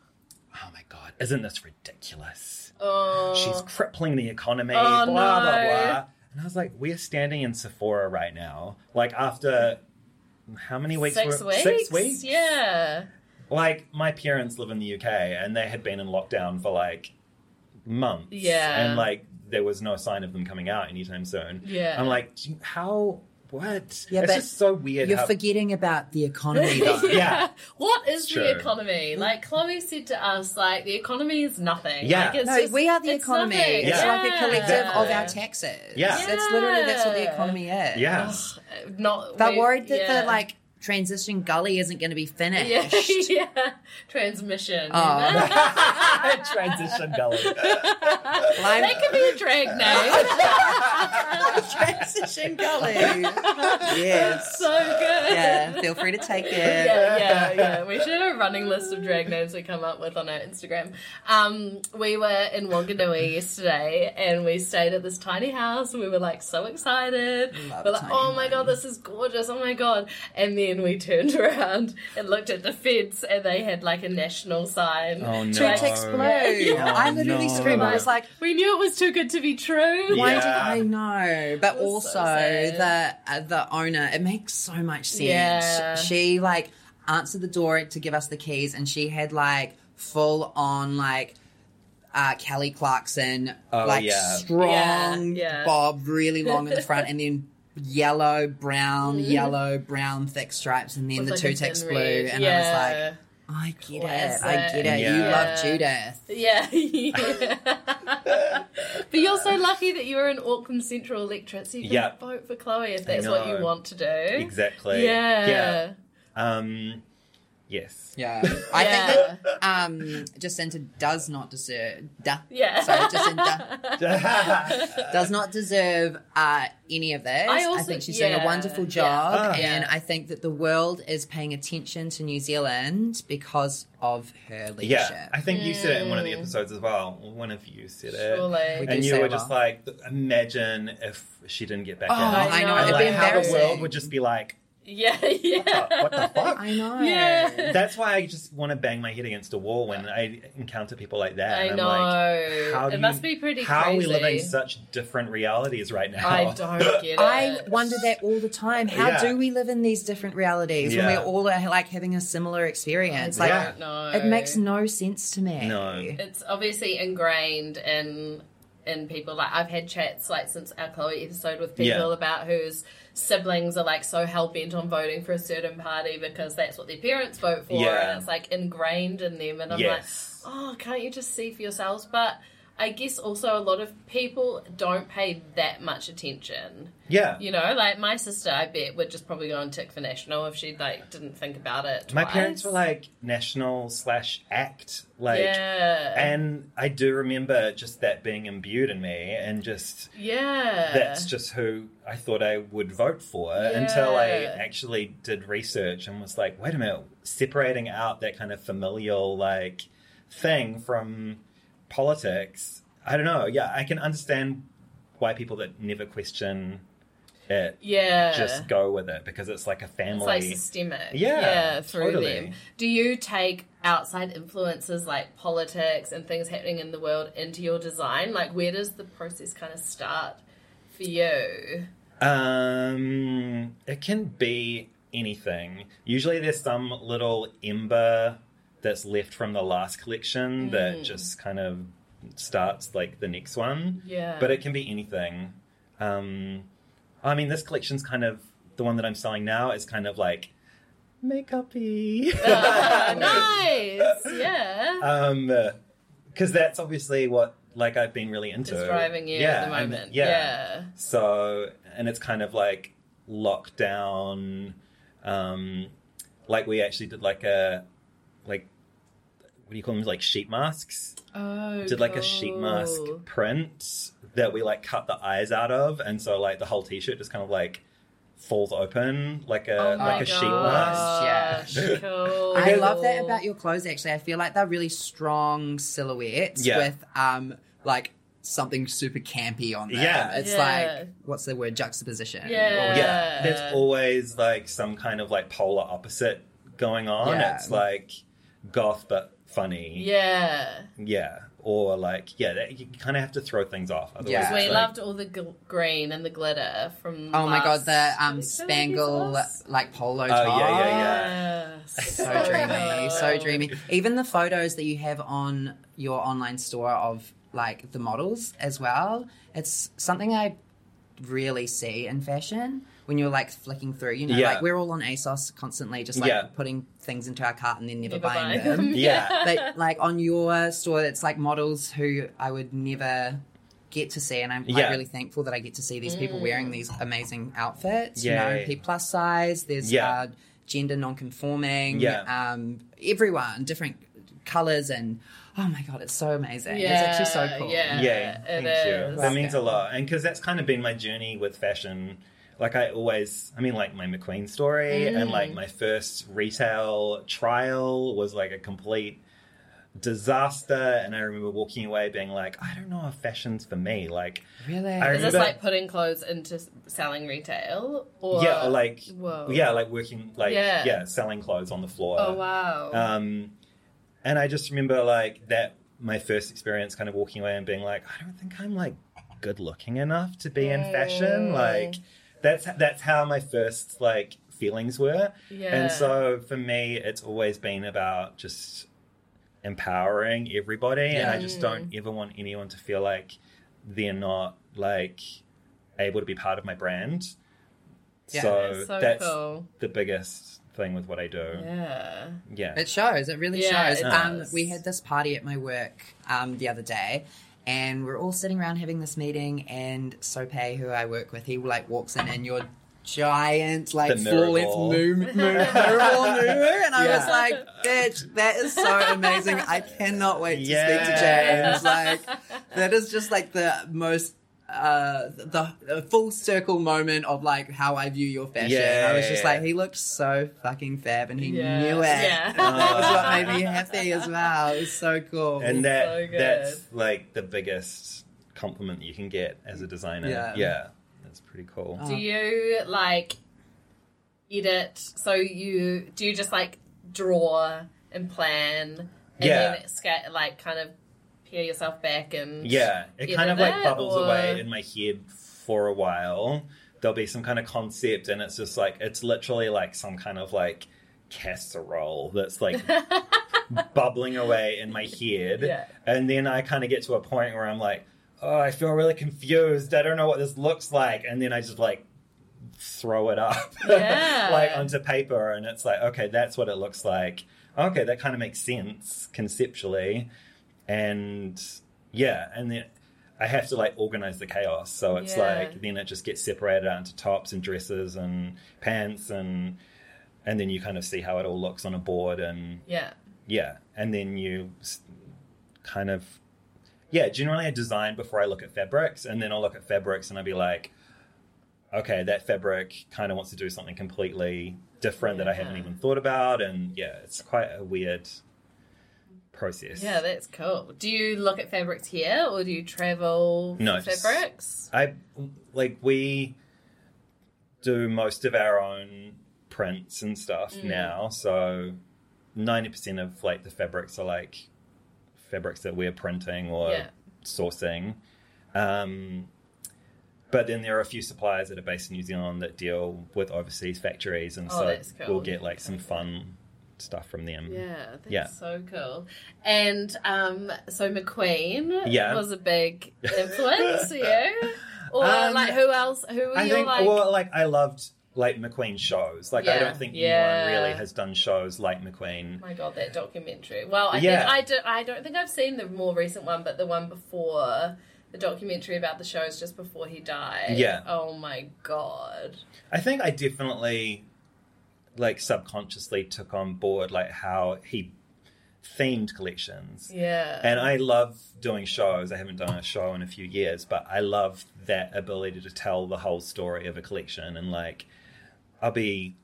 "Oh my god, isn't this ridiculous?" oh. she's crippling the economy, Oh, blah, blah, no. blah. And I was like, we're standing in Sephora right now. Like, after how many weeks? six were- weeks. Six weeks? Yeah. Like, my parents live in the UK and they had been in lockdown for like months. Yeah. And like, there was no sign of them coming out anytime soon. Yeah. I'm like, "Do you- how? What? Yeah, it's but just so weird. You're how- forgetting about the economy though. Yeah. What is the True. economy? Like Chloe said to us, like the economy is nothing. Yeah. Like, it's No, just- we are the it's economy. nothing. It's Yeah. like a collective of Yeah. our taxes. Yeah. That's literally that's what the Yeah. economy is. yeah. Not They're we- worried that yeah. the like Transition Gully isn't going to be finished. Yeah, yeah. Transmission. Oh. Transition gully. Lime- that could be a drag name. Transition Gully. yes. so good. Yeah, feel free to take it. yeah, yeah, yeah. We should have a running list of drag names we come up with on our Instagram. Um, we were in Wanganui yesterday and we stayed at this tiny house and we were like so excited. Love we're like, tiny oh my god, this is gorgeous, oh my god. And then we turned around and looked at the fence and they had like a national sign. Oh, no. Trying to Yeah. explode. Yeah. I literally No. screamed. I was like, We knew it was too good to be true. why Yeah. did I know? But It was also so sad. the uh, the owner, it makes so much sense. Yeah. She like answered the door to give us the keys, and she had like full on like. Uh, Kelly Clarkson, Oh, like yeah. strong Yeah, yeah. bob, really long in the front, and then yellow, brown, yellow, brown, thick stripes, and then Mm. With, the like, a two ticks thin blue. red. And yeah. I was like, I get it, I Classic. get it. You Yeah. love Judith. Yeah. but you're so lucky that you're in Auckland Central electorate, so you can Yeah. vote for Chloe if that's what you know. want to do. exactly. Yeah. Yeah. Um, yes. Yeah, I Yeah. think that um, Jacinta does not deserve. Duh. Yeah. Sorry, Jacinta does not deserve uh, any of this. I also- think she's doing yeah, a wonderful job, Ah. and Yeah. I think that the world is paying attention to New Zealand because of her leadership. Yeah, I think you said it in one of the Mm. episodes as well. One of you said it, Surely. did and you say were it just well. like, imagine if she didn't get back Oh, in. I know, know. And It'd be like how the embarrassing. world would just be like, Yeah, "Oh, yeah. what the fuck? I know. Yeah. That's why I just want to bang my head against a wall when I encounter people like that. I and I'm know. like, how do it must you- be pretty How crazy. are we living such different realities right now? I don't get it. I wonder that all the time. How Yeah. do we live in these different realities when Yeah. we're all uh, like having a similar experience? Like, Yeah. No. it makes no sense to me. No. it's obviously ingrained in in people like I've had chats like since our Chloe episode with people Yeah. about whose siblings are like so hell bent on voting for a certain party because that's what their parents vote for Yeah. and it's like ingrained in them and I'm Yes. like, Oh, can't you just see for yourselves? But I guess also a lot of people don't pay that much attention. Yeah. You know, like my sister I bet would just probably go on tick for national if she like didn't think about it. My twice. parents were like national slash act, like, Yeah. and I do remember just that being imbued in me, and just yeah. that's just who I thought I would vote for until I Yeah. actually did research and was like, wait a minute, separating out that kind of familial like thing from politics. I don't know. Yeah, I can understand why people that never question it yeah. just go with it because it's like a It's family. like systemic. Yeah, through totally. them. Do you take outside influences like politics and things happening in the world into your design? Like, where does the process kind of start for you? Um, it can be anything. Usually, there's some little ember that's left from the last collection Mm. that just kind of starts like the next one. Yeah. But it can be anything. Um, I mean, this collection's kind of the one that I'm selling now is kind of like makeupy. Ah, nice. Yeah. um, because that's obviously what like I've been really into. It's driving you at the I'm- moment. yeah. yeah. So, and it's kind of like lockdown. Um, like we actually did like a, like, what do you call them? Like sheet masks. Oh. Did like a sheet mask cool. print that we like cut the eyes out of, and so like the whole t-shirt just kind of like falls open like a Oh my like a sheet mask. gosh, mask. Cool. I love that about your clothes. Actually, I feel like they're really strong silhouettes Yeah. with um like something super campy on them. Yeah. it's Yeah. like what's the word juxtaposition? Yeah. yeah Yeah. there's always like some kind of like polar opposite going on Yeah. it's like goth but funny Yeah. yeah or like yeah that, you kind of have to throw things off otherwise Yeah. it's We like- loved all the gl- green and the glitter from. Oh my god, the last- um So spangle nice. like polo Oh, yeah, top. yeah, yeah. Yes. So Oh. dreamy, so dreamy. Even the photos that you have on your online store of like the models as well. It's something I really see in fashion when you're like flicking through. You know, Yeah. like we're all on ASOS constantly, just like Yeah. putting things into our cart and then never, Never buying buying them. yeah but like on your store, it's like models who I would never get to see, and I'm like Yeah. really thankful Mm. that I get to see these people wearing these amazing outfits. You know, Yay. people plus size. There's Yeah. uh, gender nonconforming, Yeah. um, everyone, different colors, and oh my god, it's so amazing. it's actually so cool. Yeah, Yeah, thank it you. is. That means a lot, and because that's kind of been my journey with fashion. Like I always, I mean, like my McQueen story, and like my first retail trial was like a complete disaster. And I remember walking away being like, I don't know if fashion's for me. Like, Really? I Is this remember- like putting clothes into s- selling retail? Or yeah, or like, Whoa. yeah, like working, like, Yeah. yeah. selling clothes on the floor. Oh wow. Um, and I just remember like that my first experience, kind of walking away and being like, I don't think I'm like good looking enough to be in fashion. Like that's that's how my first like feelings were. Yeah. And so for me, it's always been about just empowering everybody, and I just don't Mm. ever want anyone to feel like they're not like able to be part of my brand. Yeah. so That's so uh, that's cool. the biggest thing with what I do. Yeah. Yeah. It shows. It really Yeah, shows. it um, does. we had this party at my work um, the other day, and we're all sitting around having this meeting. And Sope, who I work with, he like walks in, and your giant like The floor mirror length ball. moon, moon, mirror ball moon, and I was Yeah. like, "Bitch, that is so amazing! I cannot wait to speak to Yeah. James. Like, that is just like the most." Uh, the, the full circle moment of like how I view your fashion. I was just Yeah. like, he looked so fucking fab, and he Yeah. knew it. Yeah. that was what made me happy as well. It was so cool. and that so good. that's like the biggest compliment you can get as a designer. Yeah. Yeah, that's pretty cool. Oh. Do you like edit? So you do you just like draw and plan and Yeah. then sca- like kind of peel yourself back and yeah, it Either kind of like that bubbles or- away in my head for a while. There'll be some kind of concept, and it's just like it's literally like some kind of like casserole that's like bubbling away in my head. Yeah. And then I kind of get to a point where I'm like, oh, I feel really confused. I don't know what this looks like. And then I just like throw it up Yeah. like onto paper and it's like, okay, that's what it looks like. Okay, that kind of makes sense conceptually. And yeah, and then I have to like organize the chaos. So it's Yeah. like then it just gets separated out into tops and dresses and pants and and then you kind of see how it all looks on a board and yeah. yeah, and then you s- kind of yeah. Generally, I design before I look at fabrics, and then I'll look at fabrics and I'll be like, okay, that fabric kind of wants to do something completely different that I haven't Yeah. even thought about, and yeah, it's quite a weird process. Yeah, that's cool. Do you look at fabrics here or do you travel No, for just- fabrics? I like we do most of our own prints and stuff Mm. now, so ninety percent of like the fabrics are like fabrics that we're printing or Yeah. sourcing. Um, but then there are a few suppliers that are based in New Zealand that deal with overseas factories, and Oh, so that's cool. we'll get like some fun stuff from them. Yeah, that's Mm. Yeah. so cool. And um, so McQueen Yeah. was a big influence to you, or Um, like who else? Who were I you think like? well, like I loved like McQueen shows. Like Yeah. I don't think Yeah. anyone really has done shows like McQueen. my god, that documentary. Well, I Yeah. think I do, I don't think I've seen the more recent one, but the one before the documentary about the shows just before he died. Yeah. Oh my god. I think I definitely like subconsciously took on board like how he themed collections. Yeah. And I love doing shows. I haven't done a show in a few years, but I love that ability to tell the whole story of a collection. And like, I'll be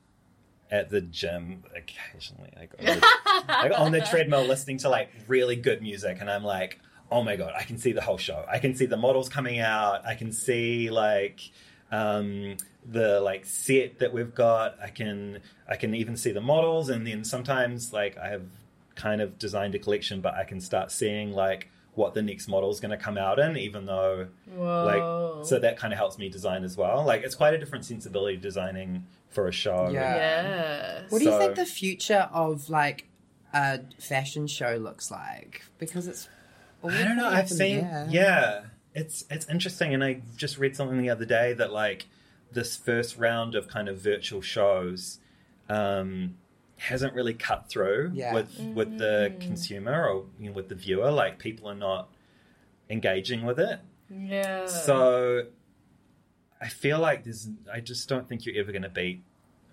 at the gym occasionally, like on the, like, on the treadmill, listening to like really good music, and I'm like, oh my god, I can see the whole show. I can see the models coming out. I can see like um the like set that we've got i can i can even see the models and then sometimes like i have kind of designed a collection, but I can start seeing like what the next model's going to come out in, even though Whoa. like so that kind of helps me design as well. Like it's quite a different sensibility designing for a show. Yeah. yeah. What do you So- think the future of like a fashion show looks like? Because it's all I don't know. up I've in seen the air. yeah, it's it's interesting, and I just read something the other day that like this first round of kind of virtual shows um, hasn't really cut through Yeah. with with the consumer or you know, with the viewer. Like people are not engaging with it. Yeah. So I feel like there's I just don't think you're ever going to beat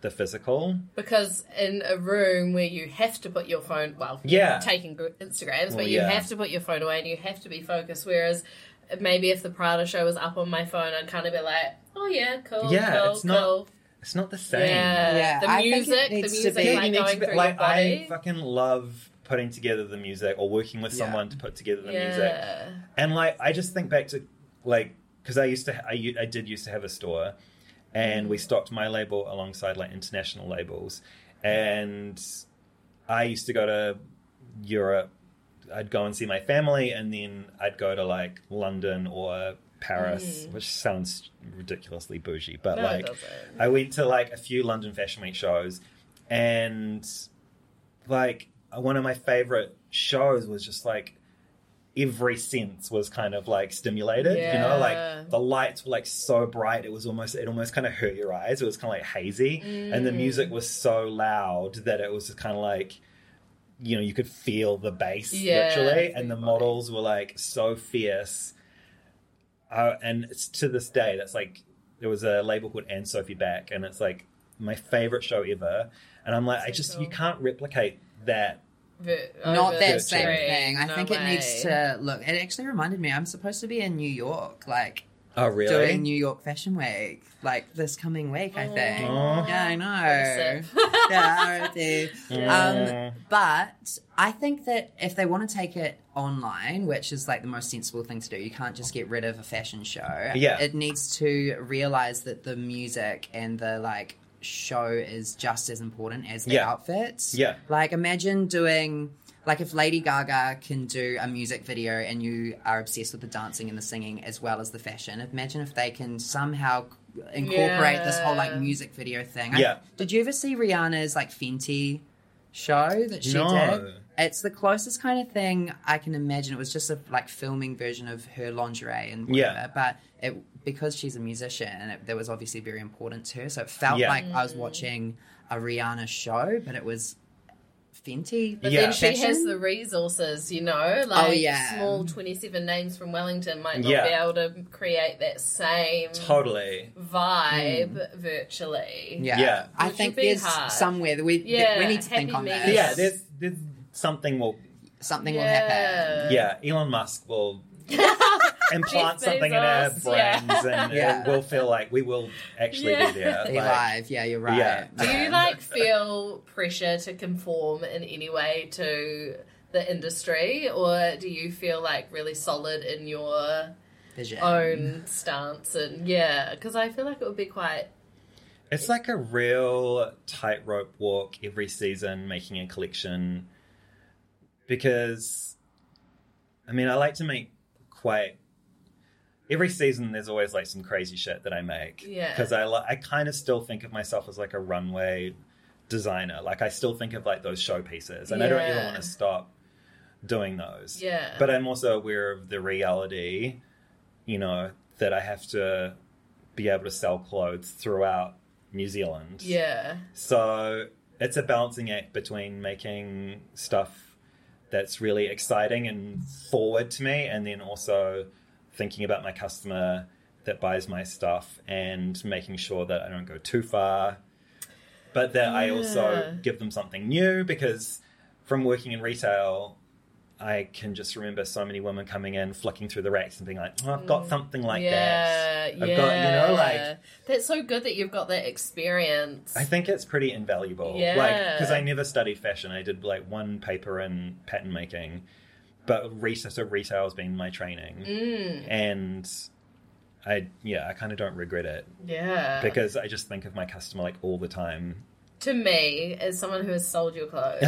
the physical. Because in a room where you have to put your phone, well, Yeah. taking gr- Instagrams, Well, but you yeah. have to put your phone away and you have to be focused. Whereas maybe if the Prada show was up on my phone, I'd kind of be like, oh yeah, cool, Yeah, cool, it's not cool. It's not the same. Yeah, Yeah, the I think it music, the needs to music, be- Yeah, like you need to going be- through your like I body. fucking love putting together the music or working with Yeah. someone to put together the music. yeah, And like, I just think back to like, because I used to, ha- I, u- I did used to have a store, and we stocked my label alongside like international labels, and I used to go to Europe. I'd go and see my family, and then I'd go to like London or Paris, which sounds ridiculously bougie, but Mm. No, it like, doesn't. I went to like a few London Fashion Week shows, and like one of my favorite shows was just like every sense was kind of like stimulated you Yeah. know like the lights were like so bright it was almost it almost kind of hurt your eyes it was kind of like hazy and the Mm. music was so loud that it was just kind of like you know you could feel the bass Yeah, literally through and your the body. models were like so fierce uh, and it's to this day that's like there was a label called Anne Sophie Back, and it's like my favorite show ever. And I'm like, I So just cool. you can't replicate that. Ver- Not over the that same screen. thing. I No think it needs way. to look. It actually reminded me. I'm supposed to be in New York, like Oh doing New York Fashion Week, like this coming week. I think. Aw. Yeah, I Very know. Oh. sick. yeah, RIP. Yeah. Um, but I think that if they want to take it online, which is like the most sensible thing to do, you can't just get rid of a fashion show. Yeah. It needs to realize that the music and the like show is just as important as the Yeah. outfits. Yeah. Like imagine doing like if Lady Gaga can do a music video and you are obsessed with the dancing and the singing as well as the fashion, imagine if they can somehow incorporate this whole like Yeah. music video thing. Yeah. Did you ever see Rihanna's like Fenty show that she No. did? It's the closest kind of thing I can imagine. It was just a like filming version of her lingerie and Yeah. whatever. But it because she's a musician, it, that was obviously very important to her. So it felt Yeah. like I was watching a Rihanna show, but it was Fenty. But Yeah. then she has fashion. the resources, you know, like Oh, yeah. small 27 names from Wellington might not Yeah. be able to create that same Totally. vibe Hmm. virtually. Yeah. Yeah. I Which think would be there's hard. somewhere that we, that we Yeah, need to think happy on this. medium. Yeah, there's there's something will. Something will happen. Yeah. Yeah, Elon Musk will Jeff implant something in our Bezos, yeah. brains, and Yeah. it will feel like we will actually Yeah. be there. Be Like, live. Yeah, you're right. Yeah. Do you like feel pressure to conform in any way to the industry or do you feel like really solid in your Vision. own stance and yeah, cuz I feel like it would be quite It's like a real tightrope walk every season, making a collection. Because, I mean, I like to make quite. Every season, there's always like some crazy shit that I make. Yeah. Because I, li- I kind of still think of myself as like a runway designer. Like, I still think of like those show pieces, and I don't even Yeah. want to stop doing those. Yeah. But I'm also aware of the reality, you know, that I have to be able to sell clothes throughout New Zealand. yeah. So it's a balancing act between making stuff that's really exciting and forward to me, and then also thinking about my customer that buys my stuff and making sure that I don't go too far, but that I Yeah. also give them something new because from working in retail, I can just remember so many women coming in, flicking through the racks and being like, oh, I've got something like Mm. yeah, that. Yeah, I've got, you know, like, that's so good that you've got that experience. I think it's pretty invaluable. Yeah. Like, because I never studied fashion. I did like one paper in pattern making, but retail, so retail has been my training. Mm. And I, yeah, I kind of don't regret it yeah, because I just think of my customer like all the time. to me, as someone who has sold your clothes,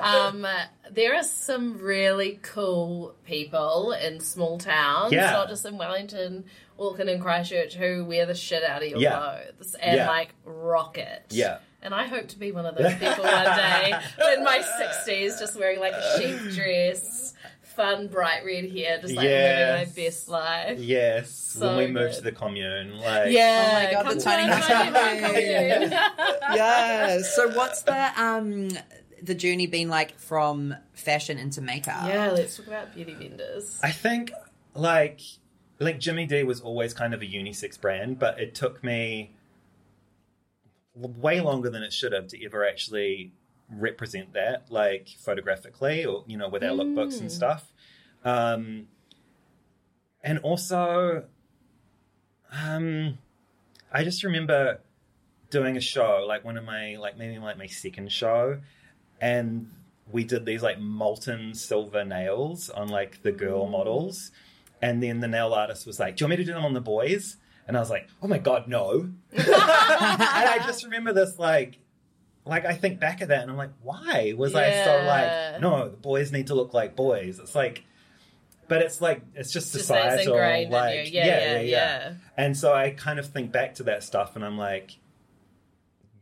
um, there are some really cool people in small towns, Yeah. not just in Wellington, Auckland, and Christchurch, who wear the shit out of your Yeah. clothes and Yeah. like rock it. Yeah. And I hope to be one of those people one day in my 60s, just wearing like a chic dress, fun, bright red hair, just like living Yes. my best life. yes. So when we moved good. to the commune, like, Yeah, Oh my God, come the to tiny our house. commune. yeah. So what's the um the journey been like from fashion into makeup? Yeah, let's talk about beauty vendors. I think like like Jimmy D was always kind of a unisex brand, but it took me l- way longer than it should have to ever actually represent that, like photographically or, you know, with our lookbooks and stuff. Um, and also, um, I just remember doing a show, like one of my, like maybe like my second show, and we did these like molten silver nails on like the girl Mm. models. And then the nail artist was like, Do you want me to do them on the boys? And I was like, Oh my God, no. and I just remember this like, like I think back at that and I'm like, why was Yeah. I so like, no, the boys need to look like boys. It's like, but it's like, it's just Just that it's societal. ingrained in like, you. Yeah, yeah, yeah. And so I kind of think back to that stuff and I'm like,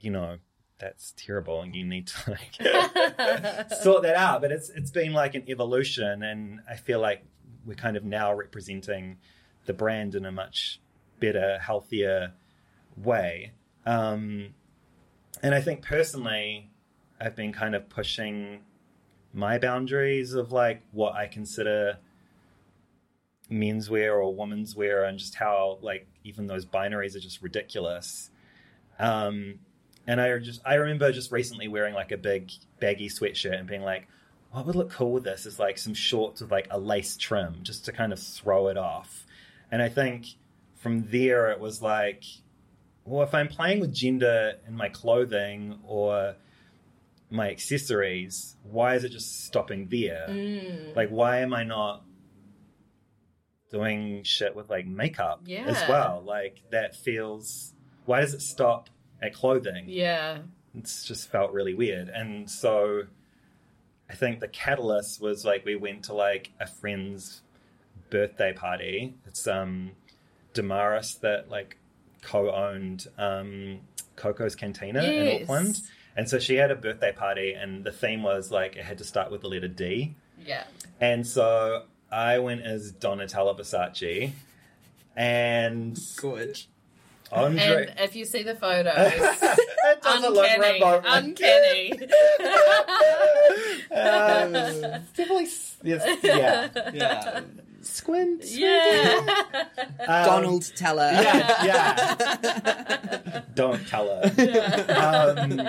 you know, that's terrible and you need to like sort that out. But it's it's been like an evolution, and I feel like we're kind of now representing the brand in a much better, healthier way. Um, and I think personally, I've been kind of pushing my boundaries of like what I consider men's wear or women's wear, and just how like even those binaries are just ridiculous. Um, and I just I remember just recently wearing like a big baggy sweatshirt and being like, what would look cool with this is like some shorts with like a lace trim just to kind of throw it off. And I think from there it was like, well, if I'm playing with gender in my clothing or my accessories, why is it just stopping there? Mm. Like, why am I not doing shit with like makeup as Yeah. well? Like, that feels. Why does it stop at clothing? Yeah. it's just felt really weird. And so I think the catalyst was like we went to like a friend's birthday party. It's um Damaris that like co-owned um Coco's Cantina Yes. in Auckland. And so she had a birthday party and the theme was like it had to start with the letter D. Yeah. And so I went as Donatella Versace and Good. Andre And if you see the photos, it doesn't uncanny, look remote. uncanny. Um, definitely, s- yes, yeah. Yeah. Squint. yeah. Um, Donald Teller. Yeah, yeah. Don't tell her. Um,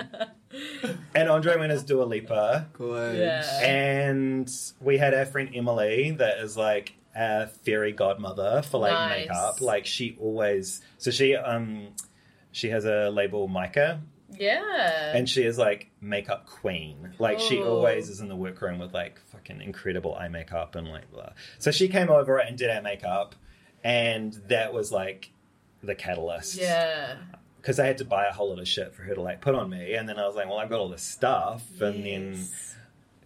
and Andre went as Dua Lipa. Good. Yeah. And we had our friend Emily, that is like our fairy godmother for like Nice. makeup. Like she always, so she um, she has a label Micah, Yeah. and she is like makeup queen. Like she Ooh. always is in the workroom with like fucking incredible eye makeup and like blah. So she came over and did our makeup, and that was like the catalyst. yeah. Because I had to buy a whole lot of shit for her to like put on me, and then I was like, well, I've got all this stuff, and then Yes.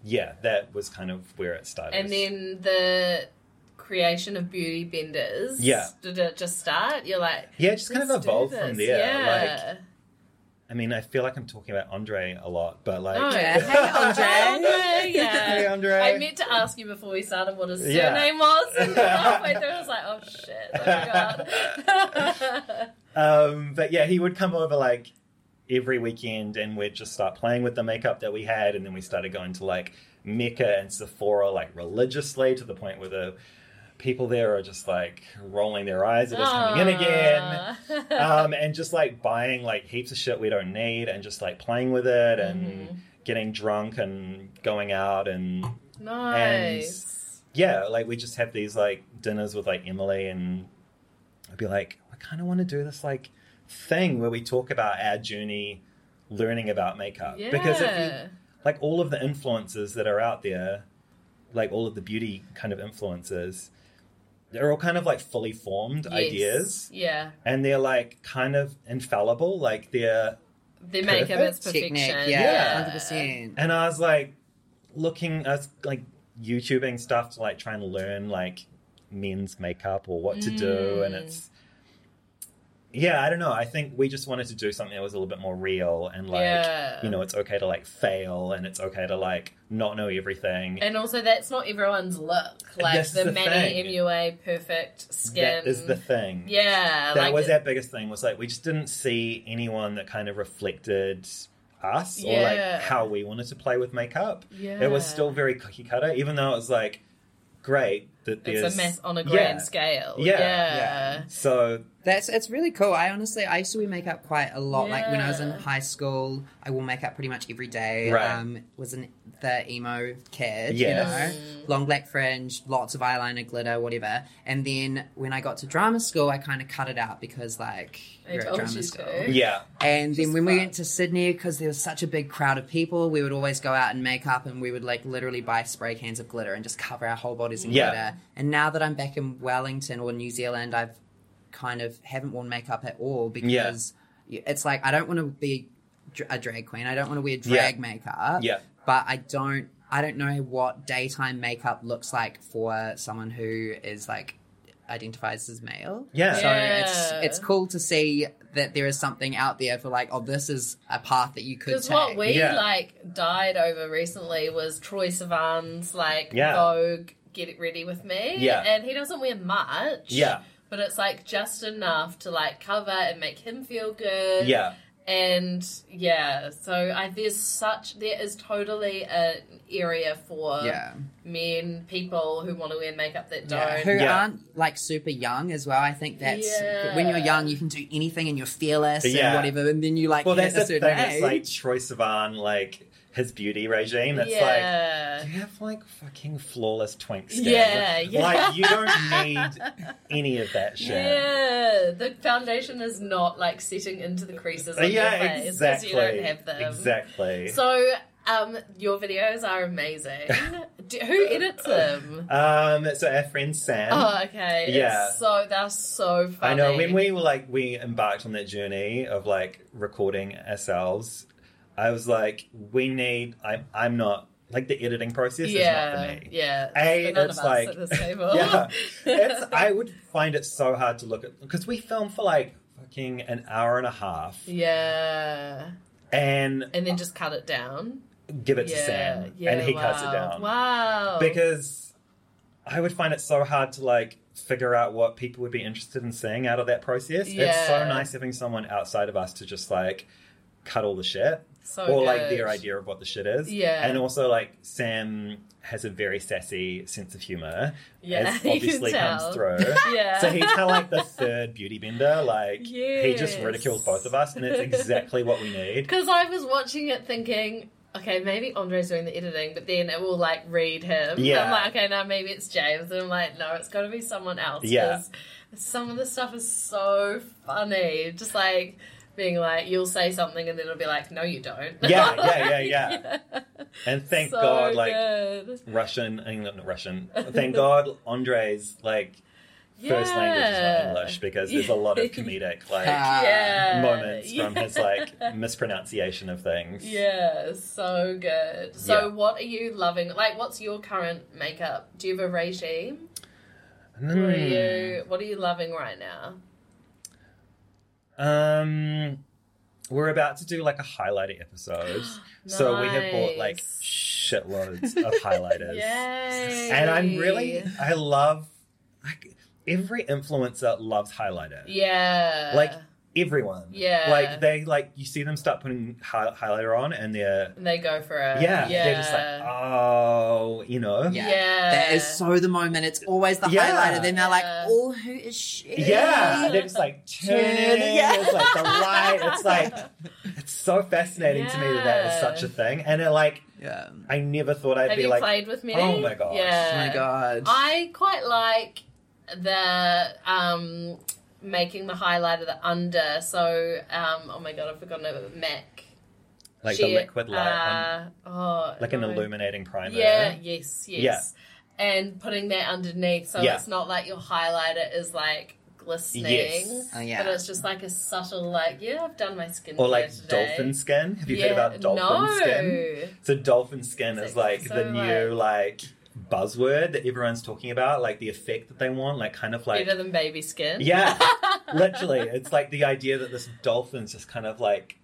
yeah, that was kind of where it started. and then the creation of Beauty Benders. Yeah. Did it just start? You're like, yeah, it just kind "Let's of do evolved from this." there. Yeah. Like, I mean, I feel like I'm talking about Andre a lot, but like, Oh, Yeah. Hey, Andre. Andre, yeah. Hey, Andre. I meant to ask you before we started what his surname Yeah. was. And then halfway through, I was like, oh shit. Oh my god. Um, but yeah, he would come over like every weekend and we'd just start playing with the makeup that we had. And then we started going to like Mecca and Sephora like religiously to the point where the people there are just like rolling their eyes at us coming in Ah. again. again. Um, and just like buying like heaps of shit we don't need and just like playing with it and getting drunk and going out and nice. yeah, like we just have these like dinners with like Emily, and I'd be like, I kind of want to do this like thing where we talk about our journey learning about makeup yeah. because if you, like all of the influences that are out there, like all of the beauty kind of influences, they're all kind of like fully formed Yes. ideas, Yeah. and they're like kind of infallible, like they're The makeup is perfection. Technique. Yeah. Yeah. 100%. And I was like looking, I was like YouTubing stuff to like try and learn like men's makeup or what to do. Mm. And it's, yeah, I don't know. I think we just wanted to do something that was a little bit more real and like, Yeah. you know, it's okay to like fail and it's okay to like not know everything. And also, that's not everyone's look. Like That's the, the many thing. MUA perfect skin. that is the thing. Yeah. That like was it- our biggest thing was like we just didn't see anyone that kind of reflected us or Yeah. like how we wanted to play with makeup. Yeah. It was still very cookie cutter, even though it was like, great, that there's It's a mess on a Yeah. grand scale. Yeah, Yeah. yeah. So That's it's really cool. I honestly I used to wear makeup quite a lot. Like when I was in Yeah. high school, I wore makeup pretty much every day. Right. Um, was an the emo kid, you Mm. Yes. know, long black fringe, lots of eyeliner, glitter, whatever. And then when I got to drama school, I kind of cut it out because like I you're at told drama you school. to. yeah, And Just then when we fun. went to Sydney, because there was such a big crowd of people, we would always go out and make up and we would like literally buy spray cans of glitter and just cover our whole bodies in Yeah. glitter. And now that I'm back in Wellington or New Zealand, I've kind of haven't worn makeup at all because y it's like I don't want to be dr- a drag queen. I don't want to wear drag makeup. Yeah. But I don't. I don't know what daytime makeup looks like for someone who is like identifies as male. Yeah. So it's Yeah. it's cool to see that there is something out there for like, oh, this is a path that you could Because take. what we Yeah. like died over recently was Troy Sivan's like Yeah. Vogue Get It Ready With Me. Yeah. And he doesn't wear much. yeah, But it's like just enough to like cover and make him feel good. yeah, And yeah, so I there's such there is totally an area for yeah. men, people who want to wear makeup that don't. Yeah. Who Yeah. aren't like super young as well. I think that's Yeah. when you're young, you can do anything and you're fearless Yeah. and whatever. And then you like Well, hit that's a the thing. certain It's age. like Troy Sivan, like his beauty regime. It's like yeah. you have like fucking flawless twink skin. Yeah, yeah. Like you don't need any of that shit. Yeah, the foundation is not like setting into the creases. Uh, On yeah, your face 'cause exactly. You don't have them. Exactly. So, um, your videos are amazing. Do, who edits them? um, so our friend Sam. Oh, okay. It's Yeah. so they're so funny. I know when we were like we embarked on that journey of like recording ourselves, I was like, we need. I'm I'm not like the editing process is not yeah, for me. yeah. A, for none it's of us like- at this table. Yeah. It's, I would find it so hard to look at because we filmed for like fucking an hour and a half, yeah, and and then just cut it down. give it yeah, to Sam, yeah, and he wow. cuts it down. Wow, because I would find it so hard to like figure out what people would be interested in seeing out of that process. It's so Yeah. nice having someone outside of us to just like cut all the shit so or like Oh, good. their idea of what the shit is. Yeah. And also like Sam has a very sassy sense of humor. Yeah, as you can obviously tell. comes through. Yeah. So he's kind of like the third beauty bender. Like he just Yes. ridicules both of us, and it's exactly what we need. Because I was watching it thinking, okay, maybe Andre's doing the editing, but then it will like read him. Yeah. I'm like, okay, now maybe it's James. And I'm like, no, it's got to be someone else. 'cause Yeah. Some of the stuff is so funny. Just like being like, you'll say something and then it'll be like, no, you don't. Yeah, yeah, yeah, yeah. And thank So God, like good. Russian, England, not Russian. Thank God, Andre's like first Yeah. language is not English because there's a lot of comedic like Ah. yeah. moments yeah. from his like mispronunciation of things. Yeah, so good. So, Yeah. what are you loving? Like, what's your current makeup? Do you have a regime? Hmm. What are you What are you loving right now? Um, we're about to do like a highlighter episode, so we have bought like Nice. shitloads of highlighters. Yay! and I'm really, I love like every influencer loves highlighter. yeah, Like everyone, Yeah. Like they like you see them start putting hi- highlighter on, and they're And they go for it. yeah, yeah. they're just like oh, you know, Yeah. Yeah. That is so the moment. It's always the Yeah. highlighter. Then they're like, Yeah. oh, who is she? Yeah, they're just like turning. Yeah. It's like the light. It's like it's so fascinating to me that that is Yeah. such a thing. And it like Yeah. I never thought I'd Have be you like played with me? Oh my gosh. Yeah. Oh my god. I quite like the um making the highlighter the under. So um oh my god, I've forgotten about it. Mac. like She- the liquid light, Uh, oh, on, like an no. illuminating primer. Yeah, yes, yes. Yeah. And putting that underneath so Yeah. it's not like your highlighter is like glistening. Yes. Oh, yeah. But it's just like a subtle like, yeah, I've done my skin. Or like dolphin skin. Have you heard about dolphin no. skin? So dolphin skin It's is like so, the new like buzzword that everyone's talking about, like the effect that they want, like kind of like Better than baby skin. Yeah. Literally. It's like the idea that this dolphin's just kind of like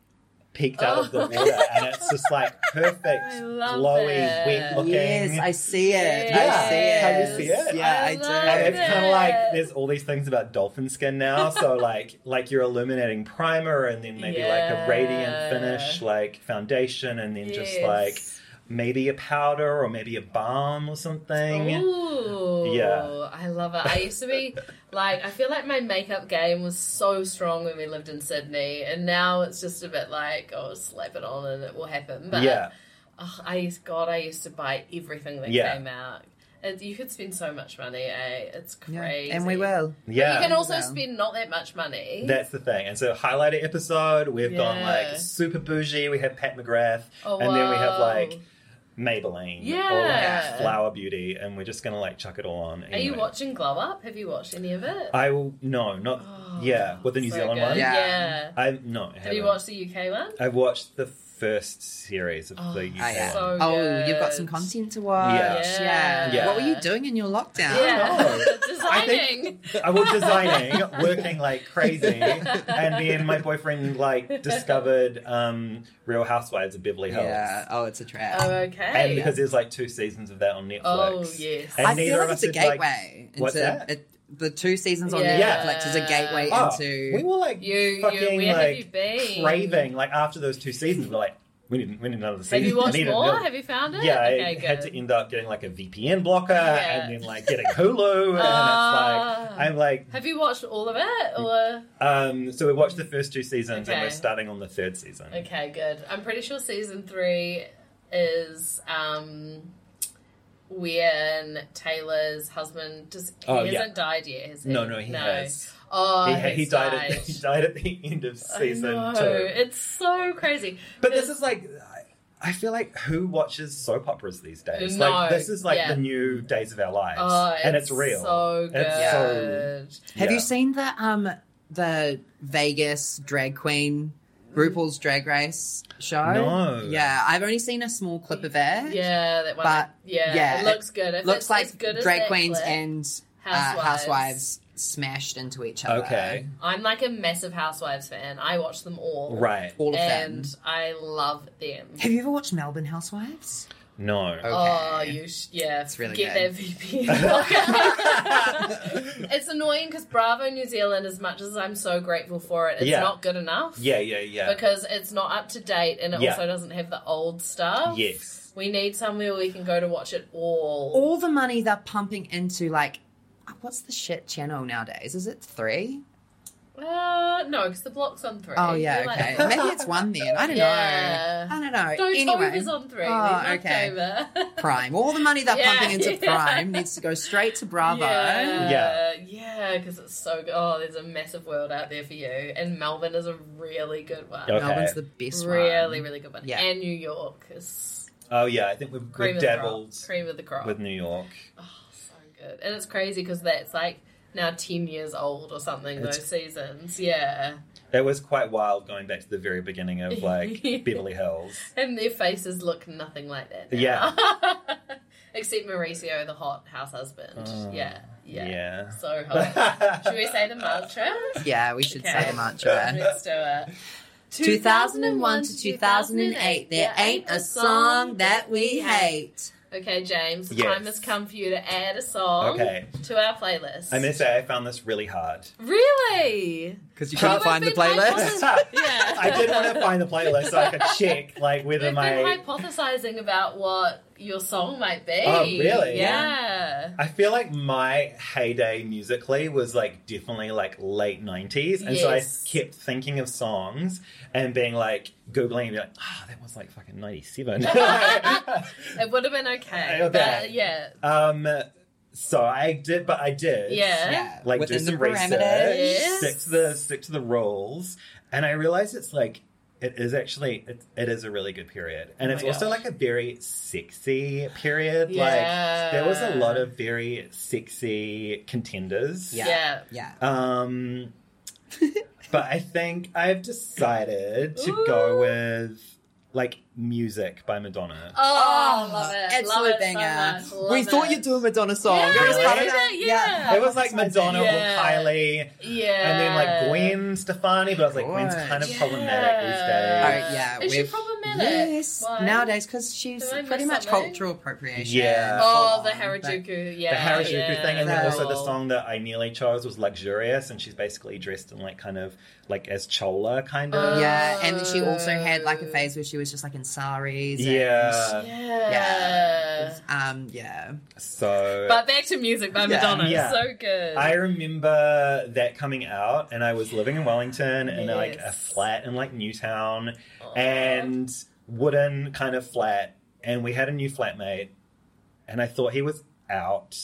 peeked out of the Oh. water and it's just like perfect, I love glowy, it. wet looking. Yes, I see it. Yeah. I see it. Have you seen it? Yeah, I I, do. love and it's kind of it. like there's all these things about dolphin skin now. So like like your illuminating primer, and then maybe like Yeah. a radiant finish, like foundation, and then just like Yes. maybe a powder or maybe a balm or something. Ooh. Yeah. I love it. I used to be like, I feel like my makeup game was so strong when we lived in Sydney, and now it's just a bit like, oh, slap it on and it will happen. But yeah. oh, I used, God, I used to buy everything that Yeah. came out. And you could spend so much money, eh? It's Yeah, crazy. And we will. Yeah. You can also Yeah. spend not that much money. That's the thing. And so highlighter episode, we've gone Yeah. like super bougie. We have Pat McGrath, Oh, and then we have wow. like Maybelline or Yeah. like Flower Beauty, and we're just gonna like chuck it all on. Are you anyway. watching Glow Up? Have you watched any of it? I will. No, not Oh, yeah. With the New so Zealand good. one, Yeah. yeah. I no. I Have you haven't. watched the UK one? I've watched the first series of Oh, the UK I have. one. So Oh, you've got good. some content to watch. Yeah. Yeah. Yeah. What were you doing in your lockdown? Oh. Yeah, know. Oh, I designing. think- I was designing, working like crazy, and then my boyfriend like discovered um, Real Housewives of Beverly Hills. Yeah. Oh, it's a trap. Oh, And okay. because there's like two seasons of that on Netflix. Oh, yes. And I neither feel like of it's us a is, like- gateway. what's into, that? It, the two seasons on Yeah. Netflix is a gateway Oh, into. we were like You- you- fucking where have you like been? craving. Like after those two seasons, we're like, we need, we need another season. Have you We watched need more? another- Have you found it? yeah, okay, I good. had to end up getting like a VPN blocker Yeah. and then like getting Hulu, and it's Ah. like I'm like, Have you watched all of it? Or um, so we watched the first two seasons and Okay. we're starting on the third season. okay, good. I'm pretty sure season three is um when Taylor's husband just he Oh, hasn't yeah. died yet, has he? No, no, he has. Oh, He, he's he died. At, he died at the end of I season know. two. It's so crazy. But this It's- is like, I- I feel like who watches soap operas these days? No, like this is like yeah. the new days of our lives, oh, and it's real. So good. It's so- Have Yeah. you seen the um the Vegas drag queen RuPaul's Drag Race show? No. Yeah, I've only seen a small clip of it. Yeah, that one. But, yeah, yeah, it looks good. If looks it's like as good as drag that queens clip, and Housewives. Uh, housewives smashed into each other. Okay, I'm like a massive Housewives fan. I watch them all. right? all of and them. I love them. Have you ever watched Melbourne Housewives? No. Oh, Okay. you sh- yeah, it's really get good. that VPN. it's annoying because Bravo New Zealand, as much as I'm so grateful for it, it's Yeah. not good enough. Yeah, yeah, yeah. because it's not up to date and it Yeah. also doesn't have the old stuff. yes. We need somewhere we can go to watch it all. All the money they're pumping into like what's the shit channel nowadays? Is it three? Uh, no, because the block's on three. Oh yeah, You're like- okay. Maybe it's one then. I don't know. Yeah. I don't know. Don't anyway, Tove is on three. Oh, Oh, okay. okay. Prime. All the money they're Yeah, pumping into yeah. Prime needs to go straight to Bravo. Yeah, Yeah. yeah, because it's so good. Oh, there's a massive world out there for you, and Melbourne is a really good one. Okay. Melbourne's the best Really, one. really good one. Yeah. And New York is Oh yeah, I think we've, cream of we've the crop. dabbled Cream of the crop. with New York. so good, and it's crazy because that's like now ten years old or something. It's- those seasons, yeah, It was quite wild going back to the very beginning of like Beverly Hills. and their faces look nothing like that. now. except Mauricio, the hot house husband. Oh, yeah, yeah, yeah. so hot. Oh. Should we say the mantra? Yeah, we should Okay. say the mantra. Let's do it. 2001 to 2008, there ain't a song that we hate. Okay, James, the Yes. time has come for you to add a song Okay. to our playlist. I must say, I found this really hard. Really? Because you couldn't Well, find the we've been playlist? Yeah. I did want to find the playlist so I could check like whether We've my. been hypothesizing about what your song might be. Oh, really? Yeah. I feel like my heyday musically was like definitely like late 90s. And Yes. so I kept thinking of songs and being like, Googling and be like, ah, that was like fucking 97. It would have been okay. Okay. But yeah. um, so I did, but I did. Yeah. Yeah, Like within do some the research, parameters. Yes. stick to the stick to the rules, and I realized it's like it is actually it, it is a really good period, and Oh it's my also gosh. like a very sexy period. Yeah. Like there was a lot of very sexy contenders. Yeah. Yeah. Yeah. Um, but I think I've decided to go Ooh. with like music by Madonna. Oh, love it. Absolute love it so banger. much. Love we thought it. you'd do a Madonna song. Yeah, It was we part did of our- it, yeah. it was like Madonna Yeah. or Kylie. Yeah. And then like Gwen Stefani, but I was like, Of Gwen's kind of course. problematic these days. Alright, yeah, Is she we've- problematic? Really? Yes, Why? nowadays because she's Did I miss pretty much something? cultural appropriation. Yeah. Oh, Hold the on, but- Harajuku, yeah, the Harajuku yeah, thing, and then yeah. also the cool. song that I nearly chose was "Luxurious," and she's basically dressed in like kind of like as chola kind of. Oh. Yeah, and then she also had like a phase where she was just like in saris. and, yeah. Yeah. Yeah. um, yeah. So But back to music by Madonna. Yeah. So good. I remember that coming out, and I was living in Wellington in like a Yes. flat in like Newtown, Oh, and wooden kind of flat. And we had a new flatmate, and I thought he was out,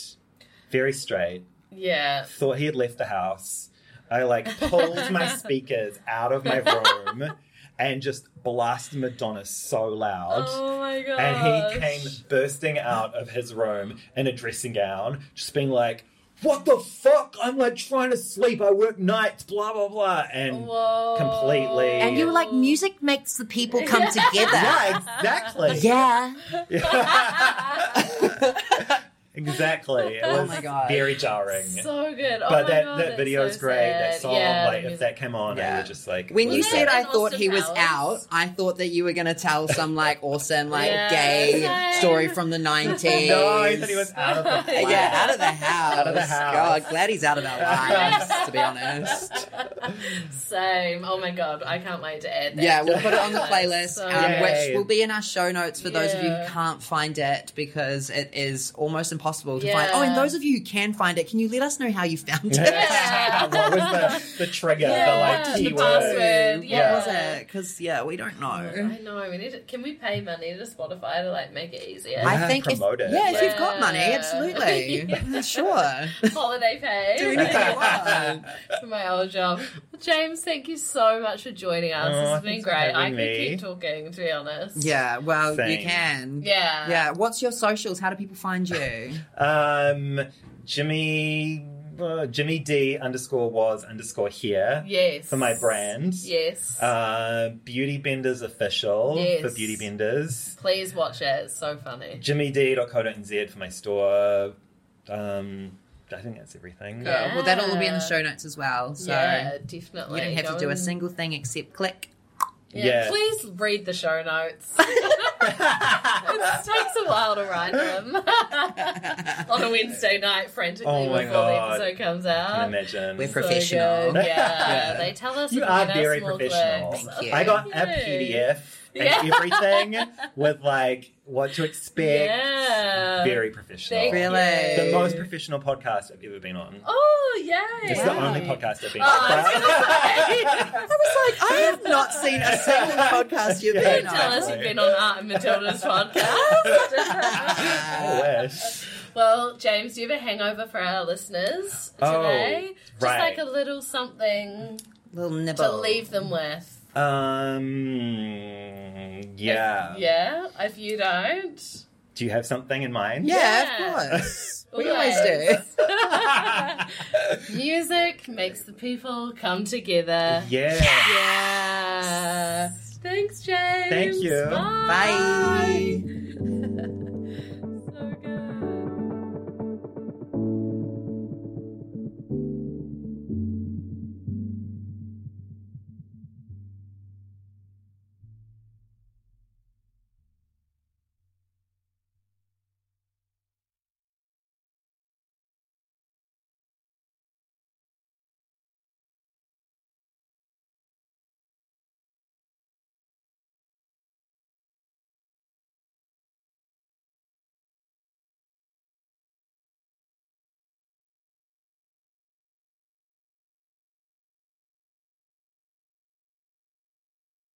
very straight. yeah. Thought he had left the house. I like pulled my speakers out of my room and just blasted Madonna so loud. Oh my god. And he came bursting out of his room in a dressing gown, just being like, What the fuck? I'm like trying to sleep. I work nights, blah, blah, blah. Oh, And Whoa. completely- And you were like, music makes the people come together. yeah, exactly. yeah. exactly. It Oh was my God. very jarring. So good. Oh but my that, God, that that's video so is great. That sad. song, Yeah, the like, if music- that came on, I Yeah. would just like. When you lose that said it. I in thought Austin he was Powers? out, I thought that you were going to tell some like awesome, like Yeah, gay same. story from the 90s. No, I thought he was out of the Yeah, flat. Yeah, out of the house. Out of the house. God, glad he's out of our lives, to be honest. Same. Oh my god. I can't wait to add that. Yeah, to we'll the put it on the playlist. playlist, So um, Yay. which will be in our show notes for those of you Yeah. who can't find it because it is almost impossible to find. Yeah. Oh, and those of you who can find it, can you let us know how you found it? Yeah. what was the, the trigger? Yeah, the the like keyword. password, yeah. What was it? Because, yeah, we don't know. I know. We need. To, can we pay money to Spotify to like make it easier? I- Yeah, if, promote it. yeah, if you've got money, Yeah. absolutely, sure. Holiday pay. Do anything you want. for my old job. James, thank you so much for joining us. Oh, this has been thanks great. for I having could me. keep talking, to be honest. Yeah, well, Same. you can. Yeah. Yeah. What's your socials? How do people find you? Um, Jimmy, uh, Jimmy D underscore was underscore here Yes. for my brand. Yes. Uh, Beauty Benders official Yes. for Beauty Benders. Please watch it. It's so funny. JimmyD.co.nz for my store. Um, I think that's everything. Yeah. Well, that'll all be in the show notes as well. So yeah, you definitely. don't have Go to do a and- single thing except click. Yeah, Yeah. Please read the show notes. it takes a while to write them on a Wednesday night, frantically Oh my before God. the episode comes I can out. imagine. We're So good. professional. Yeah, Yeah. they tell us You to are get our very small professional. clicks. Thank you. I got a Thank you. PDF and Yeah. everything with like what to expect. Yeah. Very professional. Thank Really? you. The most professional podcast I've ever been on. Oh, yay! It's the Wow. only podcast I've been Oh, I'm on. I was like, I have not seen a single podcast you've Yeah. been Don't Tell on. us you've been on Art and Matilda's podcast. I wish. well, James, do you have a hangover for our listeners Oh, today? Just right. like a little something Little nibble. to leave them with. Um, yeah. Yeah, if you don't. Do you have something in mind? Yeah, Yeah. of course. we always always. do. Music makes the people come together. Yeah. Yeah. Thanks, James. you. Bye.